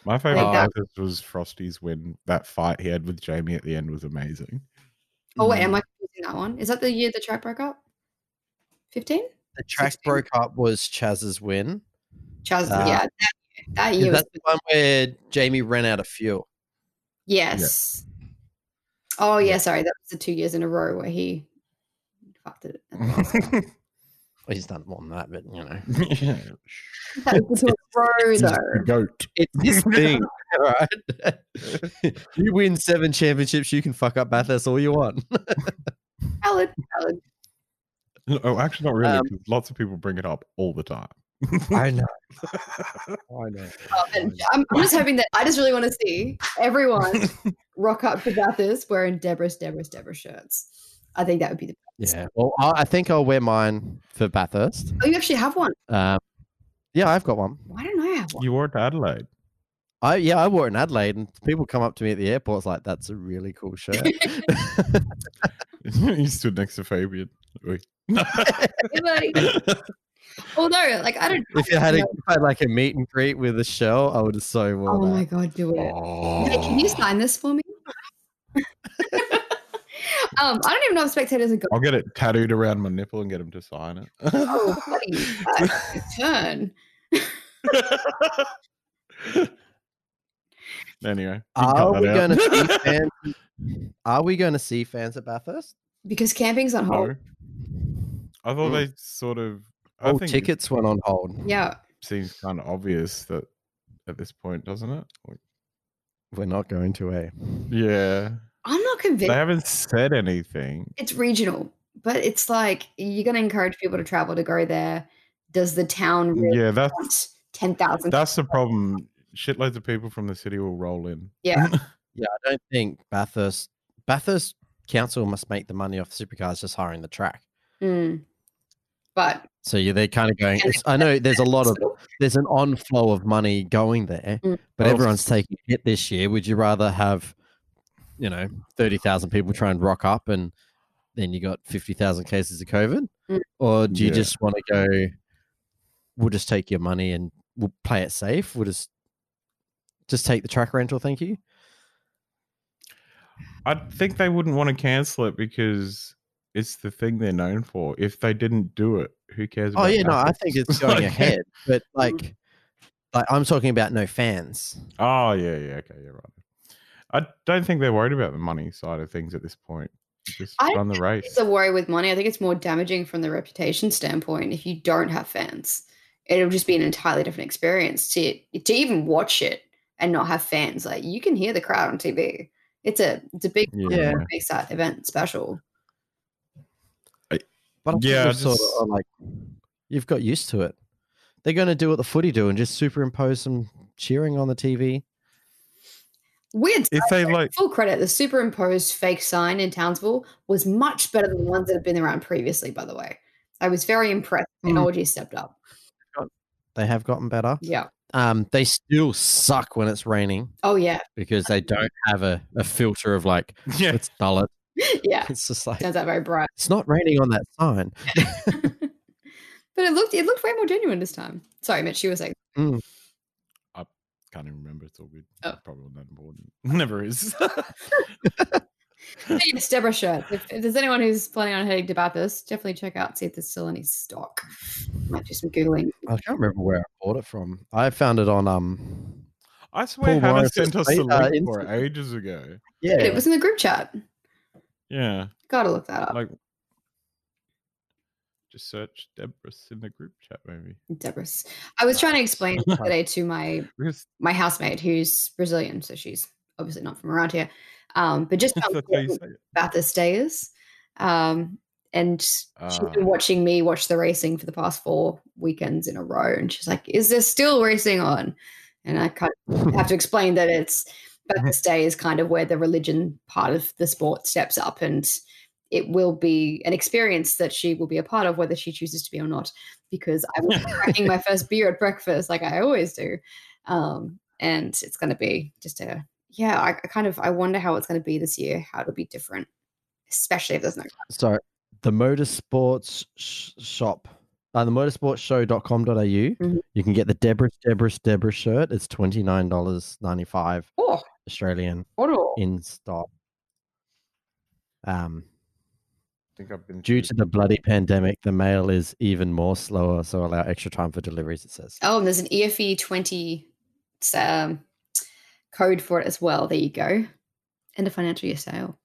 B: My favorite
A: that-
B: part of this was Frosty's win. That fight he had with Jamie at the end was amazing.
C: Oh,
A: Mm.
C: wait, am I confusing that one? Is that the year the track broke up? 15?
A: The track
C: 16?
A: broke up was Chaz's win.
C: Charles,
A: Uh,
C: yeah. That, that
A: Is
C: year was,
A: that the one where Jamie ran out of fuel.
C: yes. Oh, yeah,
B: Yeah.
C: sorry. That was the two years in a row where he fucked it. at the last minute.
B: Yeah.
A: Well, he's done more than that, but you know,
C: that was the two in
B: He's
C: a row,
B: the
C: though.
B: goat.
A: it's his thing. All right, you win seven championships, you can fuck up Bathurst all you want.
C: Valid, valid.
B: Oh, actually, not really.
A: Um,
B: 'cause lots of people bring it up all the time.
A: I know. I know.
C: Oh, and I'm, I'm just hoping that I just really want to see everyone rock up to Bathurst wearing Deborah's, Deborah's, Deborah shirts. I think that would be the
A: Yeah. Well, I, I think I'll wear mine for Bathurst.
C: Oh, you actually have one.
A: Um, yeah, I've got one.
C: Why don't I have one?
B: you were to Adelaide.
A: I yeah, I wore it in Adelaide, and people come up to me at the airport. It's like that's a really cool shirt.
B: you stood next to Fabian. Oi.
C: Like, although, like, I don't.
A: if you had a, if I had like a meet and greet with a show, I would have so wore
C: Oh
A: that.
C: my god, do it! Hey, can you sign this for me? um, I don't even know if spectators are going.
B: I'll get it tattooed around my nipple and get him to sign it.
C: Oh, buddy, uh, your turn.
B: anyway, you can cut
A: Are we
B: that
A: going
B: out.
A: to see fans? Are we going to see fans at Bathurst?
C: Because camping's on hold.
B: No. I thought
A: Mm.
B: they sort of. I
A: All
B: think
A: Oh, tickets went on hold.
C: Yeah,
B: seems kind of obvious that at this point, doesn't it? Like,
A: We're not going to a.
B: yeah,
C: I'm not
B: they
C: convinced.
B: haven't said anything.
C: it's regional, but it's like you're going to encourage people to travel to go there. Does the town really
B: Yeah, that's
C: want 10,000?
B: that's the problem. Shitloads of people from the city will roll in.
C: Yeah.
A: Yeah, I don't think Bathurst Bathurst Council must make the money off supercars just hiring the track.
C: Mm. But
A: So yeah, they're kind of going. it's- I know there's a lot of there's an on flow of money going there,
C: Mm.
A: but
B: Oh.
A: everyone's taking a hit this year. Would you rather have, you know, thirty thousand people try and rock up, and then you got fifty thousand cases of COVID,
C: Mm.
A: or do you
B: Yeah.
A: just want to go? We'll just take your money and we'll play it safe. We'll just just take the track rental. Thank you.
B: I think they wouldn't want to cancel it because it's the thing they're known for. If they didn't do it, who cares?
A: Oh
B: about
A: yeah, no, I
B: Athens?
A: think it's going
B: Like-
A: ahead, but
C: Mm.
A: like, like I'm talking about no fans.
B: Oh yeah, yeah, okay, yeah, right. I don't think they're worried about the money side of things at this point. Just
C: I
B: run the race.
C: it's a worry with money. I think it's more damaging from the reputation standpoint if you don't have fans. It'll just be an entirely different experience to to even watch it and not have fans. Like you can hear the crowd on TV. It's a it's a big
B: Yeah.
C: big site event special.
A: But I
B: Yeah,
A: yeah,
B: I
A: sort
B: just-
A: of like you've got used to it. They're going to do what the footy do and just superimpose some cheering on the TV.
C: Weird.
B: If they like,
C: Full credit. The superimposed fake sign in Townsville was much better than the ones that have been around previously. By the way, I was very impressed. And
A: Mm.
C: OG stepped up.
A: They have gotten better.
C: Yeah.
A: Um, they still suck when it's raining
C: Oh yeah.
A: because they don't have a, a filter of like
B: yeah,
A: let's dull it.
C: yeah.
A: It's just like
C: Turns out very bright.
A: it's not raining on that sign.
C: But it looked it looked way more genuine this time. Sorry, Mitch. You were saying.
B: can't even remember. It's all good.
C: Oh.
B: Probably not important. Never is.
C: Speaking of Stebra shirts, if, if there's anyone who's planning on heading to Bathurst, definitely check out see if there's still any stock. Might do some googling.
A: I can't remember where I bought it from. I found it on um
B: I swear,
A: Paul
B: Hannah
A: Warren
B: sent us
A: says,
B: the
A: uh,
B: link for it
A: Instagram.
B: ages ago.
A: yeah
C: It was in the group chat.
B: Yeah,
C: Gotta look that up.
B: like just search Deborah in the group chat, maybe.
C: Deborah's. I was trying to explain today to my
B: Because
C: my housemate who's Brazilian, so she's obviously not from around here. Um, but just how
B: that's how you
C: important
B: say it.
C: Bathurst Day is. Um, and she's
B: Ah.
C: been watching me watch the racing for the past four weekends in a row. And she's like, Is there still racing on? And I kind of have to explain that it's Bathurst Day is kind of where the religion part of the sport steps up and it will be an experience that she will be a part of, whether she chooses to be or not, because I will be cracking my first beer at breakfast like I always do. Um, and it's going to be just a, yeah, I, I kind of, I wonder how it's going to be this year, how it'll be different, especially if there's no
A: So the motorsports sh- shop, uh, the motorsportsshow.com.au,
C: Mhm.
A: you can get the Deborah's Deborah's Deborah shirt. It's $29.95
C: Oh,
A: Australian
C: Oro.
A: in stock. Um,
B: I think I've been
A: due
B: through-
A: to the bloody pandemic, the mail is even more slower, so allow extra time for deliveries, it says.
C: Oh, and there's an EFE 20 um, code for it as well. There you go. End of financial year sale.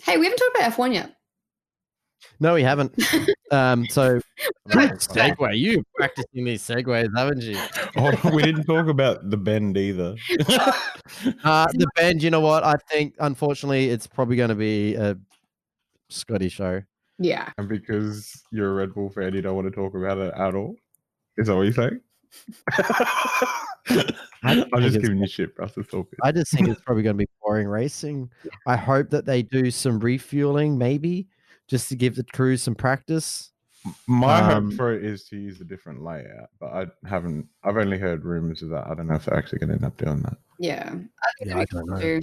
C: Hey, we haven't talked about F1 yet.
A: No, we haven't. um, so,
B: I'm not gonna find it.
A: segue, you practicing these segues, haven't you?
B: Oh, we didn't talk about the bend either.
A: Uh, the band, you know what? I think, unfortunately, it's probably going to be a Scotty show.
C: Yeah.
B: and because you're a Red Bull fan, you don't want to talk about it at all. Is that what you're saying? I'm
A: think
B: just
A: it's-
B: giving you shit, Russ. It's all good.
A: I just think it's probably going to be boring racing. I hope that they do some refueling, maybe just to give the crew some practice.
B: My
A: Um,
B: hope for it is to use a different layout, but I haven't. I've only heard rumors of that. I don't know if they're actually going to end up doing that.
C: Yeah.
A: Yeah, I don't know.
C: Too.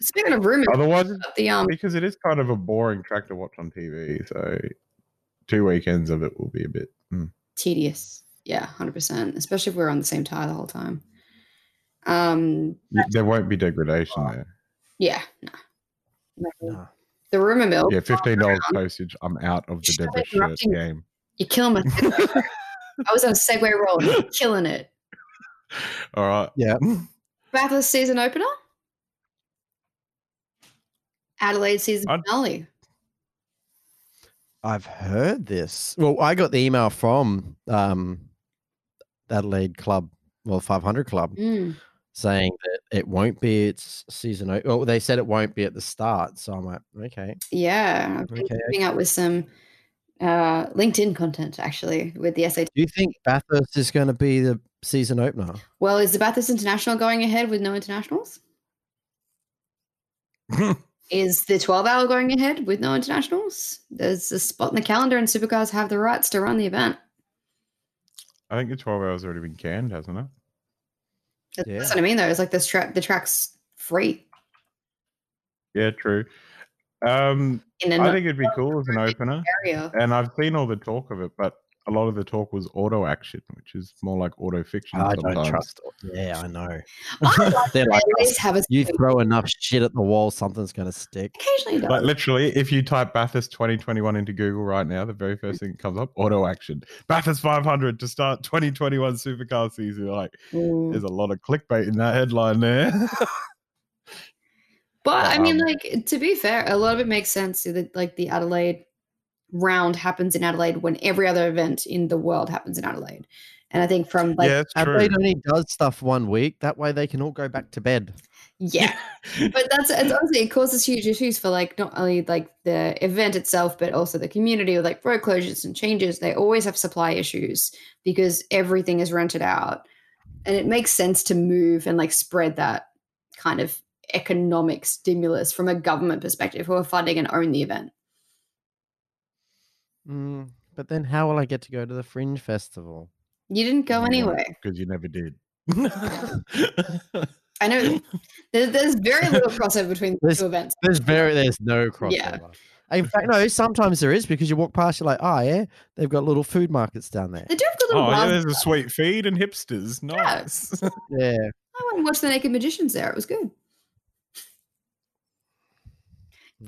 C: Speaking of rumors,
B: Otherwise,
C: the um,
B: because it is kind of a boring track to watch on TV, so two weekends of it will be a bit. mm.
C: tedious. Yeah, 100%. Especially if we're on the same tire the whole time. Um,
B: There won't be degradation there.
C: Yeah. No. No.
A: Nah.
C: The rumor mill.
B: Yeah, fifteen dollars postage. I'm out of the
C: Stop
B: Deborah shirt
C: interrupting.
B: game.
C: You're killing my. segue. I was on a Segway roll. You're killing it.
B: All right.
A: Yeah.
C: Bathurst season opener. Adelaide season
B: I'd-
C: finale.
A: I've heard this. Well, I got the email from um, Adelaide Club, well, 500 Club,
C: Mm.
A: saying that it won't be its season. o- Oh, they said it won't be at the start. So I'm like, okay,
C: Yeah, I've been
A: Okay.
C: coming up with some uh, LinkedIn content actually with the SAT.
A: do you think Bathurst is going to be the season opener?
C: Well, is the Bathurst International going ahead with no internationals? Is the 12 hour going ahead with no internationals? There's a spot in the calendar, and supercars have the rights to run the event.
B: I think the 12 hours already been canned, hasn't it?
C: That's,
A: Yeah.
C: that's what I mean, though. It's like this track, the track's free.
B: Yeah, true. Um,
C: In
B: I
C: an
B: think it'd be cool as an opener.
C: area.
B: And I've seen all the talk of it, but a lot of the talk was auto action, which is more like auto fiction.
A: I don't
B: sometimes.
A: trust. Yeah, I know.
C: I like
A: They're
C: to
A: like,
C: at least have a
A: you throw enough shit at the wall, something's going to stick.
C: occasionally it
B: Like
C: does.
B: literally, if you type Bathurst 2021 into Google right now, the very first thing that comes up, auto action. Bathurst 500 to start 2021 supercar season. Like,
C: Mm.
B: there's a lot of clickbait in that headline there.
C: But I mean,
B: Um,
C: like to be fair, a lot of it makes sense that like the Adelaide round happens in Adelaide when every other event in the world happens in Adelaide, and I think from like
B: yeah, it's true.
A: Adelaide only does stuff one week. That way they can all go back to bed.
C: yeah, but that's it's honestly it causes huge issues for like not only like the event itself but also the community with like road closures and changes. They always have supply issues because everything is rented out, and it makes sense to move and like spread that kind of economic stimulus from a government perspective who are funding and own the event.
A: Mm, but then how will I get to go to the Fringe Festival?
C: You didn't go
B: Yeah.
C: anyway.
B: Because you never did.
C: I know there's, there's very little crossover between the
A: This-
C: two events.
A: There's very there's no crossover.
C: Yeah.
A: In fact, no, sometimes there is because you walk past, you're like, oh yeah, they've got little food markets down there.
C: They do have good little
B: oh, yeah,
C: wild-
B: there's a sweet feed and hipsters. Nice.
A: Yeah.
C: I went and watched the Naked Magicians there. It was good.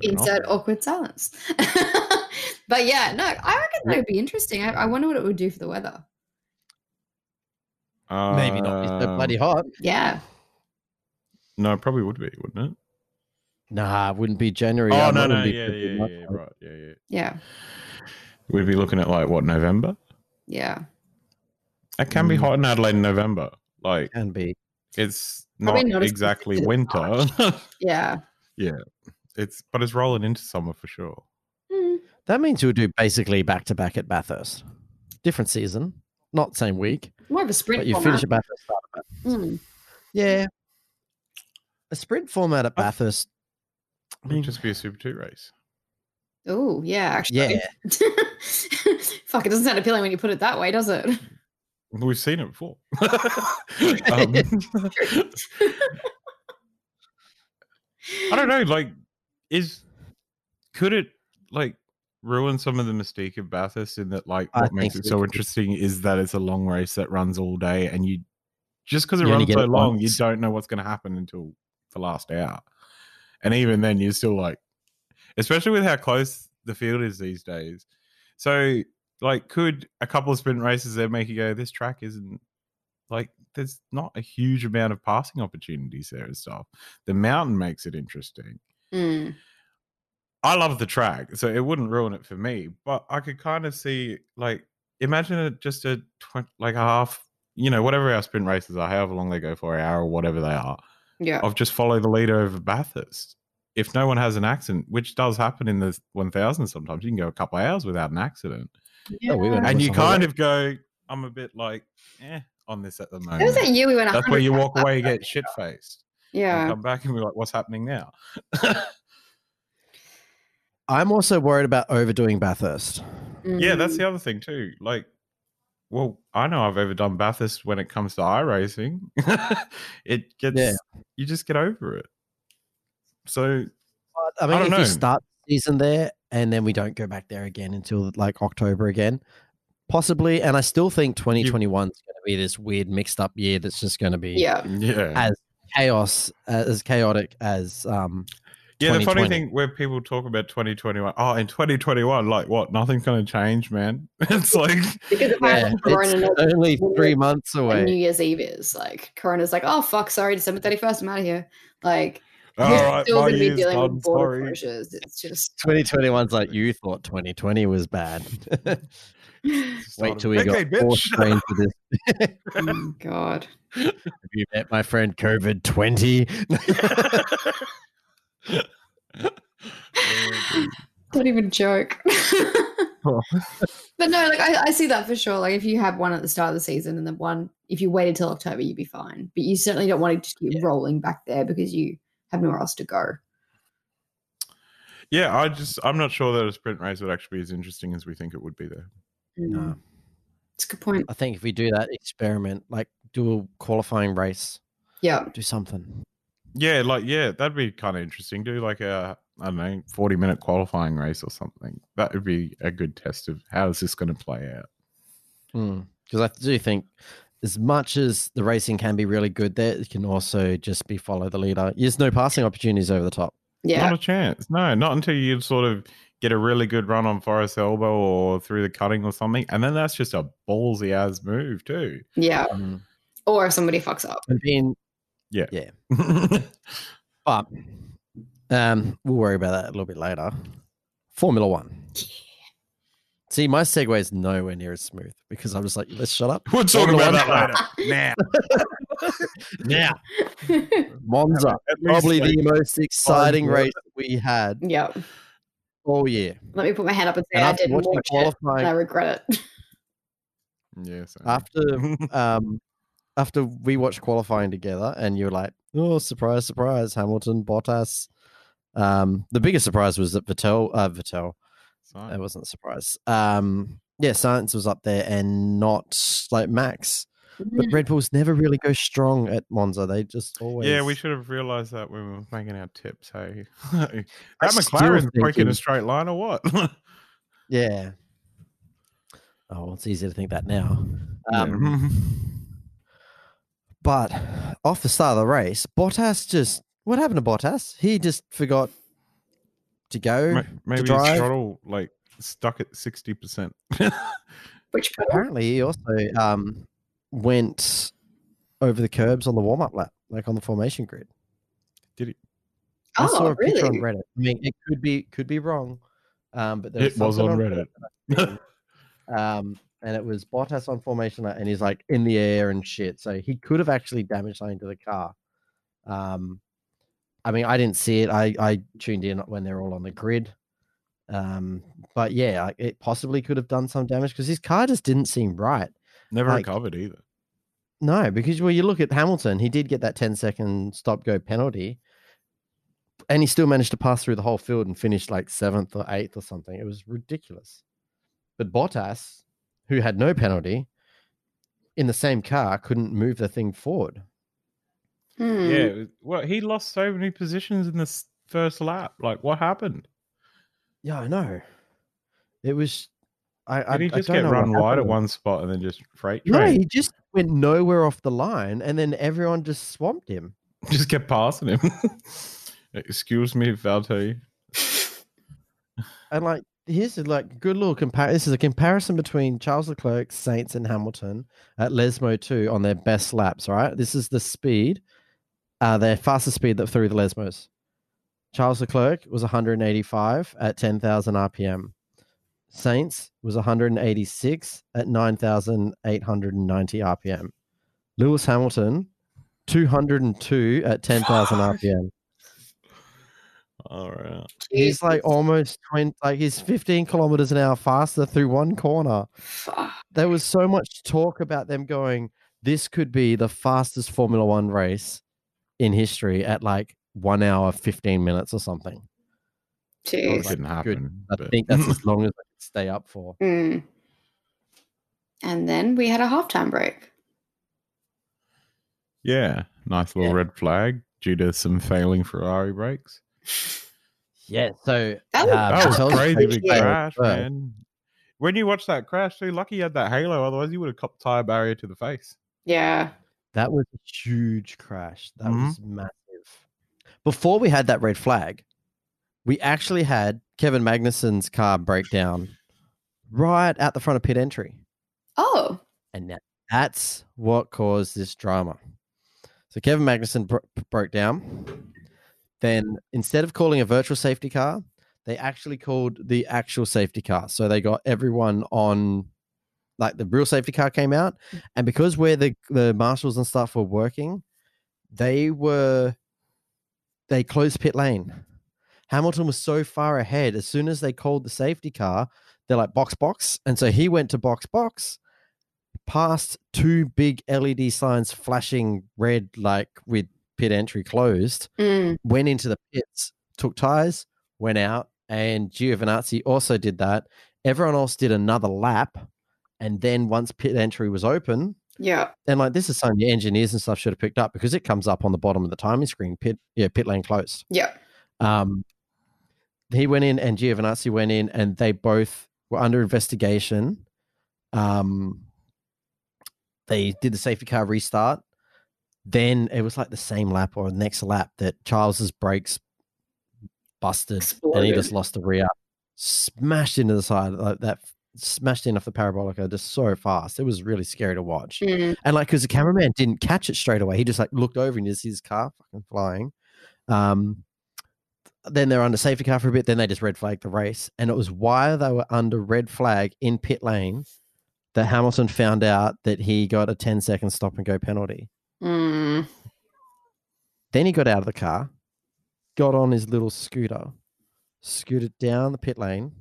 C: Insert awkward silence. but yeah, no, I reckon that would be interesting. I, I wonder what it would do for the weather.
A: Maybe not. It's so
B: Um,
A: bloody hot.
C: Yeah.
B: No, it probably would be, wouldn't it?
A: Nah, it wouldn't be January.
B: oh,
A: I
B: no,
A: wouldn't
B: no.
A: be
B: Yeah,
A: pretty
B: yeah,
A: much
B: yeah,
A: like-
B: Right. Yeah, yeah.
C: Yeah.
B: We'd be looking at like what, November?
C: Yeah.
B: It can be
A: Mm.
B: hot in Adelaide in November. Like,
A: Can be.
B: it's not,
C: Probably not as
B: exactly
C: consistent as
B: winter.
C: Yeah.
B: it's, but it's rolling into summer for sure.
C: Mm.
A: That means you'll do basically back to back at Bathurst. Different season, not same week,
C: More of a sprint.
A: but you
C: format.
A: finish at Bathurst. Start at Bathurst.
C: Mm.
A: Yeah. A sprint format at
B: I-
A: Bathurst. I
B: It would
A: mean,
B: just be a Super 2 race.
C: Oh, yeah, actually.
A: yeah.
C: Fuck, it doesn't sound appealing when you put it that way, does it?
B: We've seen it before. Um, I don't know. Like, is could it like ruin some of the mystique of Bathurst in that like
A: I
B: what makes
A: think
B: it
A: it
B: so
A: could.
B: interesting is that it's a long race that runs all day, and you just because it
A: You only
B: runs
A: get
B: so
A: it
B: long, you
A: once.
B: don't know what's going to happen until the last hour, and even then, you're still like, especially with how close the field is these days. So, like, could a couple of sprint races there make you go, this track isn't like there's not a huge amount of passing opportunities there and stuff. The mountain makes it interesting.
C: Mm.
B: I love the track, so it wouldn't ruin it for me. But I could kind of see, like, imagine it just a tw- like a half, you know, whatever our sprint races are, however long they go for, an hour or whatever they are,
C: Yeah.
B: of just follow the leader over Bathurst. If no one has an accident, which does happen in the 1000 sometimes, you can go a couple of hours without an accident.
A: Yeah, we went
B: And
A: was
B: you
A: a whole
B: kind of go, I'm a bit like, eh, on this at the moment.
C: It was that year we went
B: That's
C: 100
B: where you walk away, and get shit faced, and
C: Yeah.
B: come back and be like, "What's happening now?"
A: I'm also worried about overdoing Bathurst.
C: Hmm.
B: Yeah,
A: Mm.
B: that's the other thing too. Like, well, I know I've overdone Bathurst when it comes to iRacing. it gets
A: Yeah.
B: you just get over it. So
A: But, I mean,
B: don't
A: if
B: know.
A: you start the season there and then we don't go back there again until like October again, possibly. And I still think 2021 is going to be this weird mixed up year that's just going to be
C: Yeah.
B: yeah,
A: As- chaos, uh, as chaotic as um,
B: yeah. The funny
A: 2020.
B: thing where people talk about 2021, oh, in 2021, like what? Nothing's going to change, man. it's like
C: Because if I
A: yeah,
C: had Corona
A: it's
C: knows
A: only
C: when
A: three
C: it-
A: months
C: when New
A: away.
C: Year's Eve is, like Corona's like, oh fuck, sorry, December thirty first, I'm out of here. Like
B: All
C: You're
B: right,
C: still
B: my
C: going to be
B: year's
C: dealing
B: done.
C: with border
B: Sorry.
C: closures. It's just
A: 2021's like you thought 2020 was bad. Wait till we
B: Decade,
A: got four
B: bitch.
A: strains for this.
C: oh my god.
A: Have you met my friend COVID 20?
C: Don't even joke.
A: Oh.
C: but no, like I, I see that for sure. Like if you had one at the start of the season and then one, if you waited till October, you'd be fine. But you certainly don't want to just keep rolling back there because you have nowhere else to go.
B: Yeah, I just I'm not sure that a sprint race would actually be as interesting as we think it would be there.
A: No.
C: It's a good point.
A: I think if we do that experiment, like do a qualifying race,
C: Yeah.
A: do something.
B: Yeah, like yeah, that'd be kind of interesting. Do like a I don't know, forty minute qualifying race or something. That would be a good test of how is this going to play out.
A: Because Hmm. I do think, as much as the racing can be really good there, it can also just be follow the leader. There's no passing opportunities over the top.
C: Yeah.
B: Not a chance. No, not until you sort of get a really good run on Forest Elbow or through the cutting or something, and then that's just a ballsy as move too.
C: Yeah. Or if somebody fucks up.
A: And being, but um, we'll worry about that a little bit later. Formula One. See, my segue is nowhere near as smooth because I'm just like, let's shut up.
B: we'll talk
A: Formula
B: about
A: One.
B: that later. now,
A: Monza,
B: now, At least,
A: probably
B: like,
A: the most exciting
B: Monza.
A: race we had
C: yeah.
A: all year.
C: Let me put my hand up and say
A: And
C: I
A: Oh, after
C: didn't
A: watching
C: watch it and I
A: qualifying,
C: regret it.
B: yeah, so-
A: after um, after we watched qualifying together, and you were like, "Oh, surprise, surprise! Hamilton, Bottas." Um, the biggest surprise was that Vettel. Uh, Vettel.
B: So-
A: It wasn't a surprise. Um, yeah, science was up there, and not like Max.
C: Mm.
A: But Red Bulls never really go strong at Monza. They just always.
B: Yeah, we should have realized that when we were making our tips. Hey, that
A: I still
B: McLaren's
A: think
B: breaking
A: it-
B: a straight line or what?
A: Yeah. Oh, well, it's easy to think that now. Um,
B: Mm-hmm.
A: But off the start of the race, Bottas just what happened to Bottas? He just forgot to go.
B: Ma- maybe his
A: drive.
B: throttle like stuck at sixty percent.
C: Which
A: Apparently, he also um, went over the curbs on the warm up lap, like on the formation grid. I saw
C: Oh,
A: a picture on
C: really?
A: Reddit. I mean, it could be could be wrong, um, but there
B: It was
A: something
B: on Reddit.
A: Reddit. um, and it was Bottas on formation, lap, and he's like in the air and shit. So he could have actually damaged something to the car. Um, I mean, I didn't see it. I I tuned in when they're all on the grid. Um, but yeah, like, it possibly could have done some damage because his car just didn't seem right.
B: Never
A: Like-
B: recovered either.
A: No, because when you look at Hamilton, he did get that 10 second stop go penalty, and he still managed to pass through the whole field and finish like seventh or eighth or something. It was ridiculous. But Bottas, who had no penalty in the same car, couldn't move the thing forward.
C: Hmm.
B: Yeah, it was- well, he lost so many positions in this first lap. Like, what happened?
A: Yeah, I know. It was. I, I,
B: Did he
A: I
B: just
A: don't
B: get
A: know what
B: run wide at
A: happened.
B: one spot and then just freight
A: No,
B: train?
A: he just went nowhere off the line, and then everyone just swamped him.
B: Just kept passing him. Excuse me, Valtteri.
A: And like, here's a like good little compare. This is a comparison between Charles Leclerc, Saints, and Hamilton at Lesmo two on their best laps. Right, this is the speed, uh, their fastest speed that through the Lesmos. Charles Leclerc was 185 at 10,000 RPM. Saints was 186 at 9,890 RPM. Lewis Hamilton, 202 at 10,000 RPM.
B: All right.
A: He's like oh,
C: Jesus.
A: almost 20, like he's 15 kilometers an hour faster through one corner.
C: Fuck.
A: There was so much talk about them going, this could be the fastest Formula One race in history at like one hour, 15 minutes or something.
B: Well, it
C: Jeez.
A: like,
B: didn't happen.
A: I
B: but-
A: think that's as long as I can stay up for.
C: Mm. And then we had a halftime break.
B: Yeah, nice little red flag due to some failing Ferrari brakes.
A: Yeah. So
C: That was-
A: um,
C: That was
A: Charles
B: crazy
A: Leclerc
B: big
A: failed
B: crash,
A: first.
B: man. When you watch that crash, too, lucky you had that halo. Otherwise, you would have copped tire barrier to the face.
C: Yeah.
A: That was a huge crash. That
B: Mhm.
A: was massive. Before we had that red flag, we actually had Kevin Magnuson's car break down right at the front of pit entry.
C: Oh.
A: And that, that's what caused this drama. So Kevin Magnuson bro- broke down. then instead of calling a virtual safety car, they actually called the actual safety car. So they got everyone on, like the real safety car came out, and because where the the marshals and stuff were working, they were they closed pit lane. Hamilton was so far ahead. As soon as they called the safety car, they're like box box, and so he went to box box, past two big LED signs flashing red, like with pit entry closed.
C: Mm.
A: Went into the pits, took tires, went out, and Giovinazzi also did that. Everyone else did another lap, and then once pit entry was open,
C: Yeah.
A: and like this is something the engineers and stuff should have picked up because it comes up on the bottom of the timing screen. Pit, yeah, pit lane closed.
C: Yeah.
A: Um, he went in and Giovinazzi went in, and they both were under investigation. Um, they did the safety car restart. Then it was like the same lap or the next lap that Charles's brakes busted and he
C: Exploded.
A: just lost the rear, smashed into the side like that, smashed in off the parabolica just so fast. It was really scary to watch.
C: Mm.
A: And like, because the cameraman didn't catch it straight away, he just like looked over and you see his car fucking flying. Um, then they're under safety car for a bit. Then they just red flagged the race, and it was while they were under red flag in pit lane that Hamilton found out that he got a 10 second stop and go penalty.
C: Mm.
A: Then he got out of the car, got on his little scooter, scooted down the pit lane,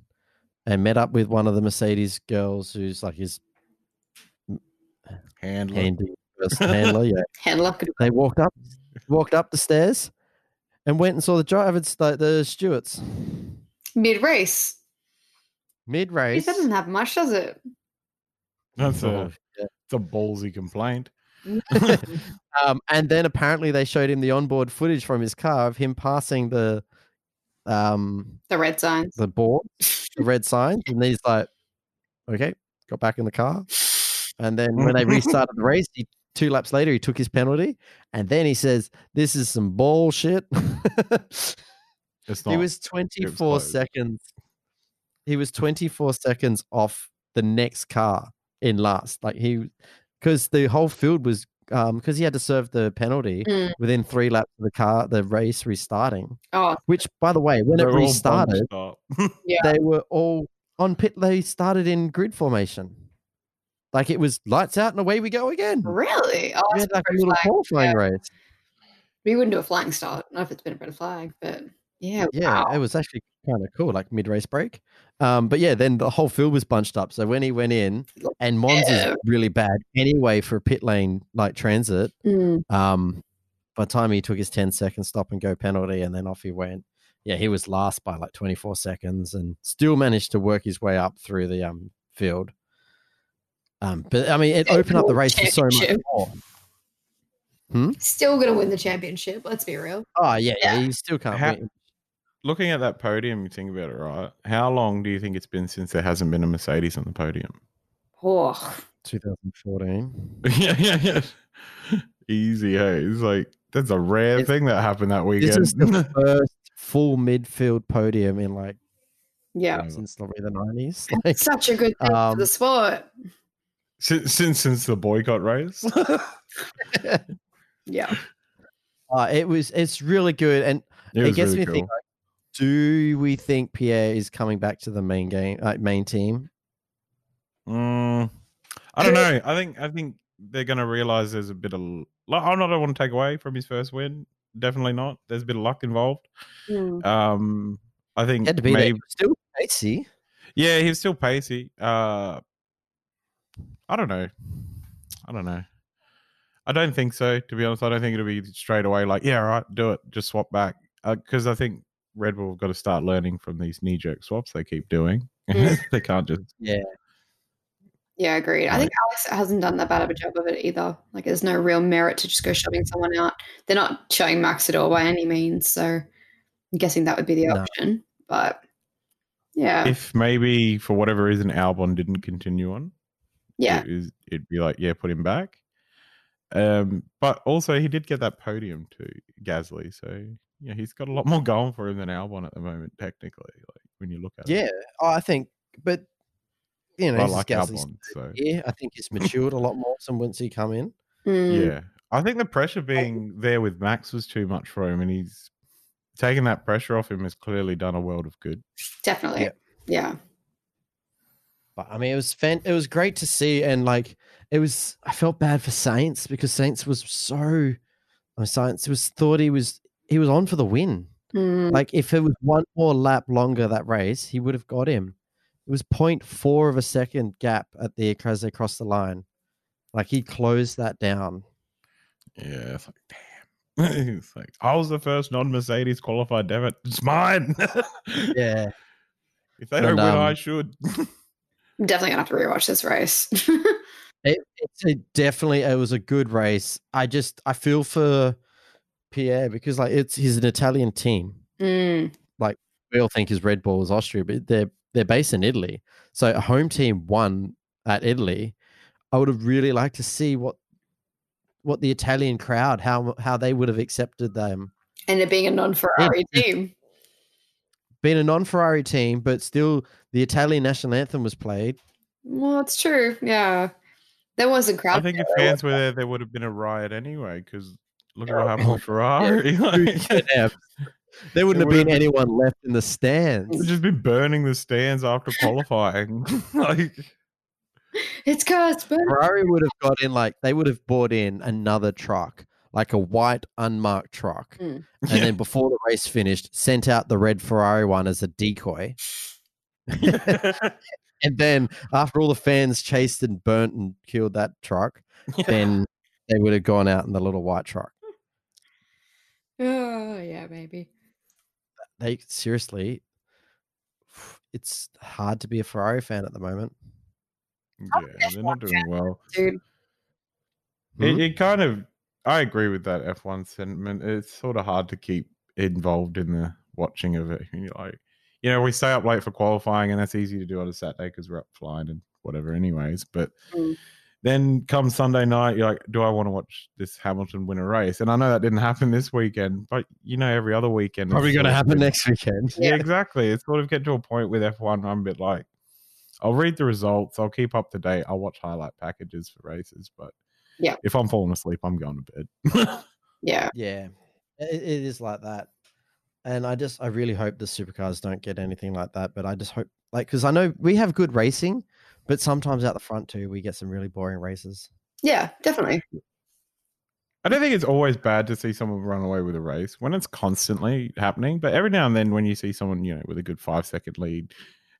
A: and met up with one of the Mercedes girls who's like his
B: Handler.
A: handy first handler. Yeah,
C: Handler could
A: they walked up walked up the stairs and went and saw the drivers the, the stewarts
C: mid race.
A: mid
C: That
A: race
C: doesn't have much, does it?
B: That's a, it's a ballsy complaint.
A: um, and then apparently they showed him the onboard footage from his car of him passing the um
C: The red signs.
A: the board the red sign and he's like okay got back in the car and then when they restarted the race he two laps later he took his penalty and then he says this is some bullshit
B: It's not.
A: He was 24
B: close.
A: seconds. He was 24 seconds off the next car in last. Like he, because the whole field was, um, because he had to serve the penalty
C: Mm.
A: within three laps of the car, the race restarting.
C: Oh,
A: Which, by the way, when it
B: They're all bunched
A: restarted,
B: up.
A: they were all on pit. They started in grid formation. Like it was lights out and away we go again.
C: really? Oh,
A: We
C: that's
A: had like a
C: red
A: little
C: flag.
A: qualifying race.
C: We wouldn't do a flying start. I don't know if it's been a red flag, but yeah.
A: yeah,
C: wow.
A: it was actually kind of cool, like mid race break. Um, but yeah, then the whole field was bunched up. So when he went in, and Mons
C: Yeah.
A: is really bad anyway for pit lane like transit.
C: Mm.
A: Um, by the time he took his 10 second stop and go penalty, and then off he went. Yeah, he was last by like 24 seconds and still managed to work his way up through the um field. Um, but I mean, it
C: Still
A: opened up the
C: world
A: race for so much
C: championship.
A: more.
C: Still going to win the championship. Let's be real.
A: Oh, yeah, yeah,
C: Yeah.
A: he still can't
B: Ha-
A: win.
B: Looking at that podium, you think about it, right? How long do you think it's been since there hasn't been a Mercedes on the podium?
C: Oh,
A: 2014.
B: yeah, yeah, yeah. Easy, hey. It's like that's a rare
A: It's-
B: thing that happened that
A: This
B: weekend.
A: is the first full midfield podium in like
C: yeah.
B: Mm.
A: since probably the 90s. Like,
C: Such a good thing
A: Um,
C: for the sport.
B: since, since since the boycott race.
C: Yeah.
A: uh, it was it's really good and
B: It,
A: it,
B: was
A: gets
B: really
A: me
B: cool.
A: thinking like, do we think Pierre is coming back to the main game like main team?
B: Mm, I don't know. I think I think they're gonna realize there's a bit of. l- Like, I'm not. I want to take away from his first win. Definitely not. There's a bit of luck involved.
C: Mm.
B: Um, I think
A: He had to be there.
B: maybe-
A: He was still Casey.
B: Yeah, he was still pacey. Uh, I don't know. I don't know. I don't think so. To be honest, I don't think it'll be straight away. Like, yeah, all right, do it. Just swap back because I think Red Bull have got to start learning from these knee jerk swaps they keep doing.
C: Mm.
B: they can't just.
C: Yeah, agreed. I think Alex hasn't done that bad of a job of it either. Like, there's no real merit to just go shoving someone out. They're not showing Max at all by any means. So I'm guessing that would be the
A: No.
C: option. But yeah.
B: If maybe for whatever reason Albon didn't continue on,
C: yeah.
B: it is, it'd be like, yeah, put him back. Um, but also he did get that podium to Gasly, so yeah, he's got a lot more going for him than Albon at the moment, technically. Like when you look at it,
A: Yeah, oh, I think, but you know,
B: I
A: this is
B: like
A: Gasly's
B: Albon, so
A: year. I think he's matured a lot more since once he come in.
C: Mm.
B: yeah. I think the pressure being there with Max was too much for him, and he's taking that pressure off him has clearly done a world of good.
C: Definitely.
A: Yeah.
C: yeah.
A: But I mean, it was fan- it was great to see, and like it was, I felt bad for Saints because Saints was so, uh, Saints was thought he was he was on for the win.
C: Mm.
A: Like if it was one more lap longer that race, he would have got him. It was 0.4 of a second gap at the as they crossed the line. Like he closed that down.
B: Yeah, it's like damn. it's like I was the first non-Mercedes qualified. Damn it, it's mine.
A: Yeah.
B: If they
A: And,
B: don't win,
A: um,
B: I should.
C: I'm definitely gonna have to rewatch this race.
A: It, it's a definitely it was a good race. I just I feel for Pierre because like it's he's an Italian team.
C: Mm.
A: We all think is Red Bull is Austria, but they're they're based in Italy. So a home team won at Italy. I would have really liked to see what what the Italian crowd how how they would have accepted them.
C: And it being a non-Ferrari
A: Yeah.
C: team.
A: Being a non-Ferrari team, but still the Italian national anthem was played.
C: Well, that's true. Yeah. There was a crowd.
B: I think if
C: there,
B: fans were there, there would have been a riot anyway. Because look at what happened with Ferrari. like,
A: there wouldn't have
B: would have
A: been anyone left in the stands.
B: they've just been burning the stands after qualifying. like,
C: It's cursed, but
A: Ferrari would have got in like they would have bought in another truck, like a white unmarked truck,
C: Mm.
A: and
B: Yeah.
A: then before the race finished, sent out the red Ferrari one as a decoy, and then after all the fans chased and burnt and killed that truck, then they would have gone out in the little white truck.
C: oh yeah, maybe.
A: They seriously, it's hard to be a Ferrari fan at the moment.
B: yeah, they're not doing well.
C: Dude.
A: Hmm?
B: It, it kind of, I agree with that F1 sentiment. It's sort of hard to keep involved in the watching of it. You're like, you know, we stay up late for qualifying, and that's easy to do on a Saturday because we're up flying and whatever, anyways. But
C: Mm.
B: then come Sunday night, you're like, do I want to watch this Hamilton win a race? And I know that didn't happen this weekend, but you know, every other weekend, it's
A: Probably going to
B: sort of
A: happen
B: been-
A: next weekend.
B: yeah, exactly. It's sort of get to a point with F1, I'm a bit like, I'll read the results, I'll keep up to date, I'll watch highlight packages for races, but
C: Yeah.
B: if I'm falling asleep, I'm going to bed.
C: Yeah.
A: Yeah, it, it is like that. And I just, I really hope the supercars don't get anything like that. But I just hope, like, because I know we have good racing, but sometimes out the front too, we get some really boring races.
C: Yeah, definitely.
B: I don't think it's always bad to see someone run away with a race when it's constantly happening, but every now and then when you see someone, you know, with a good five second lead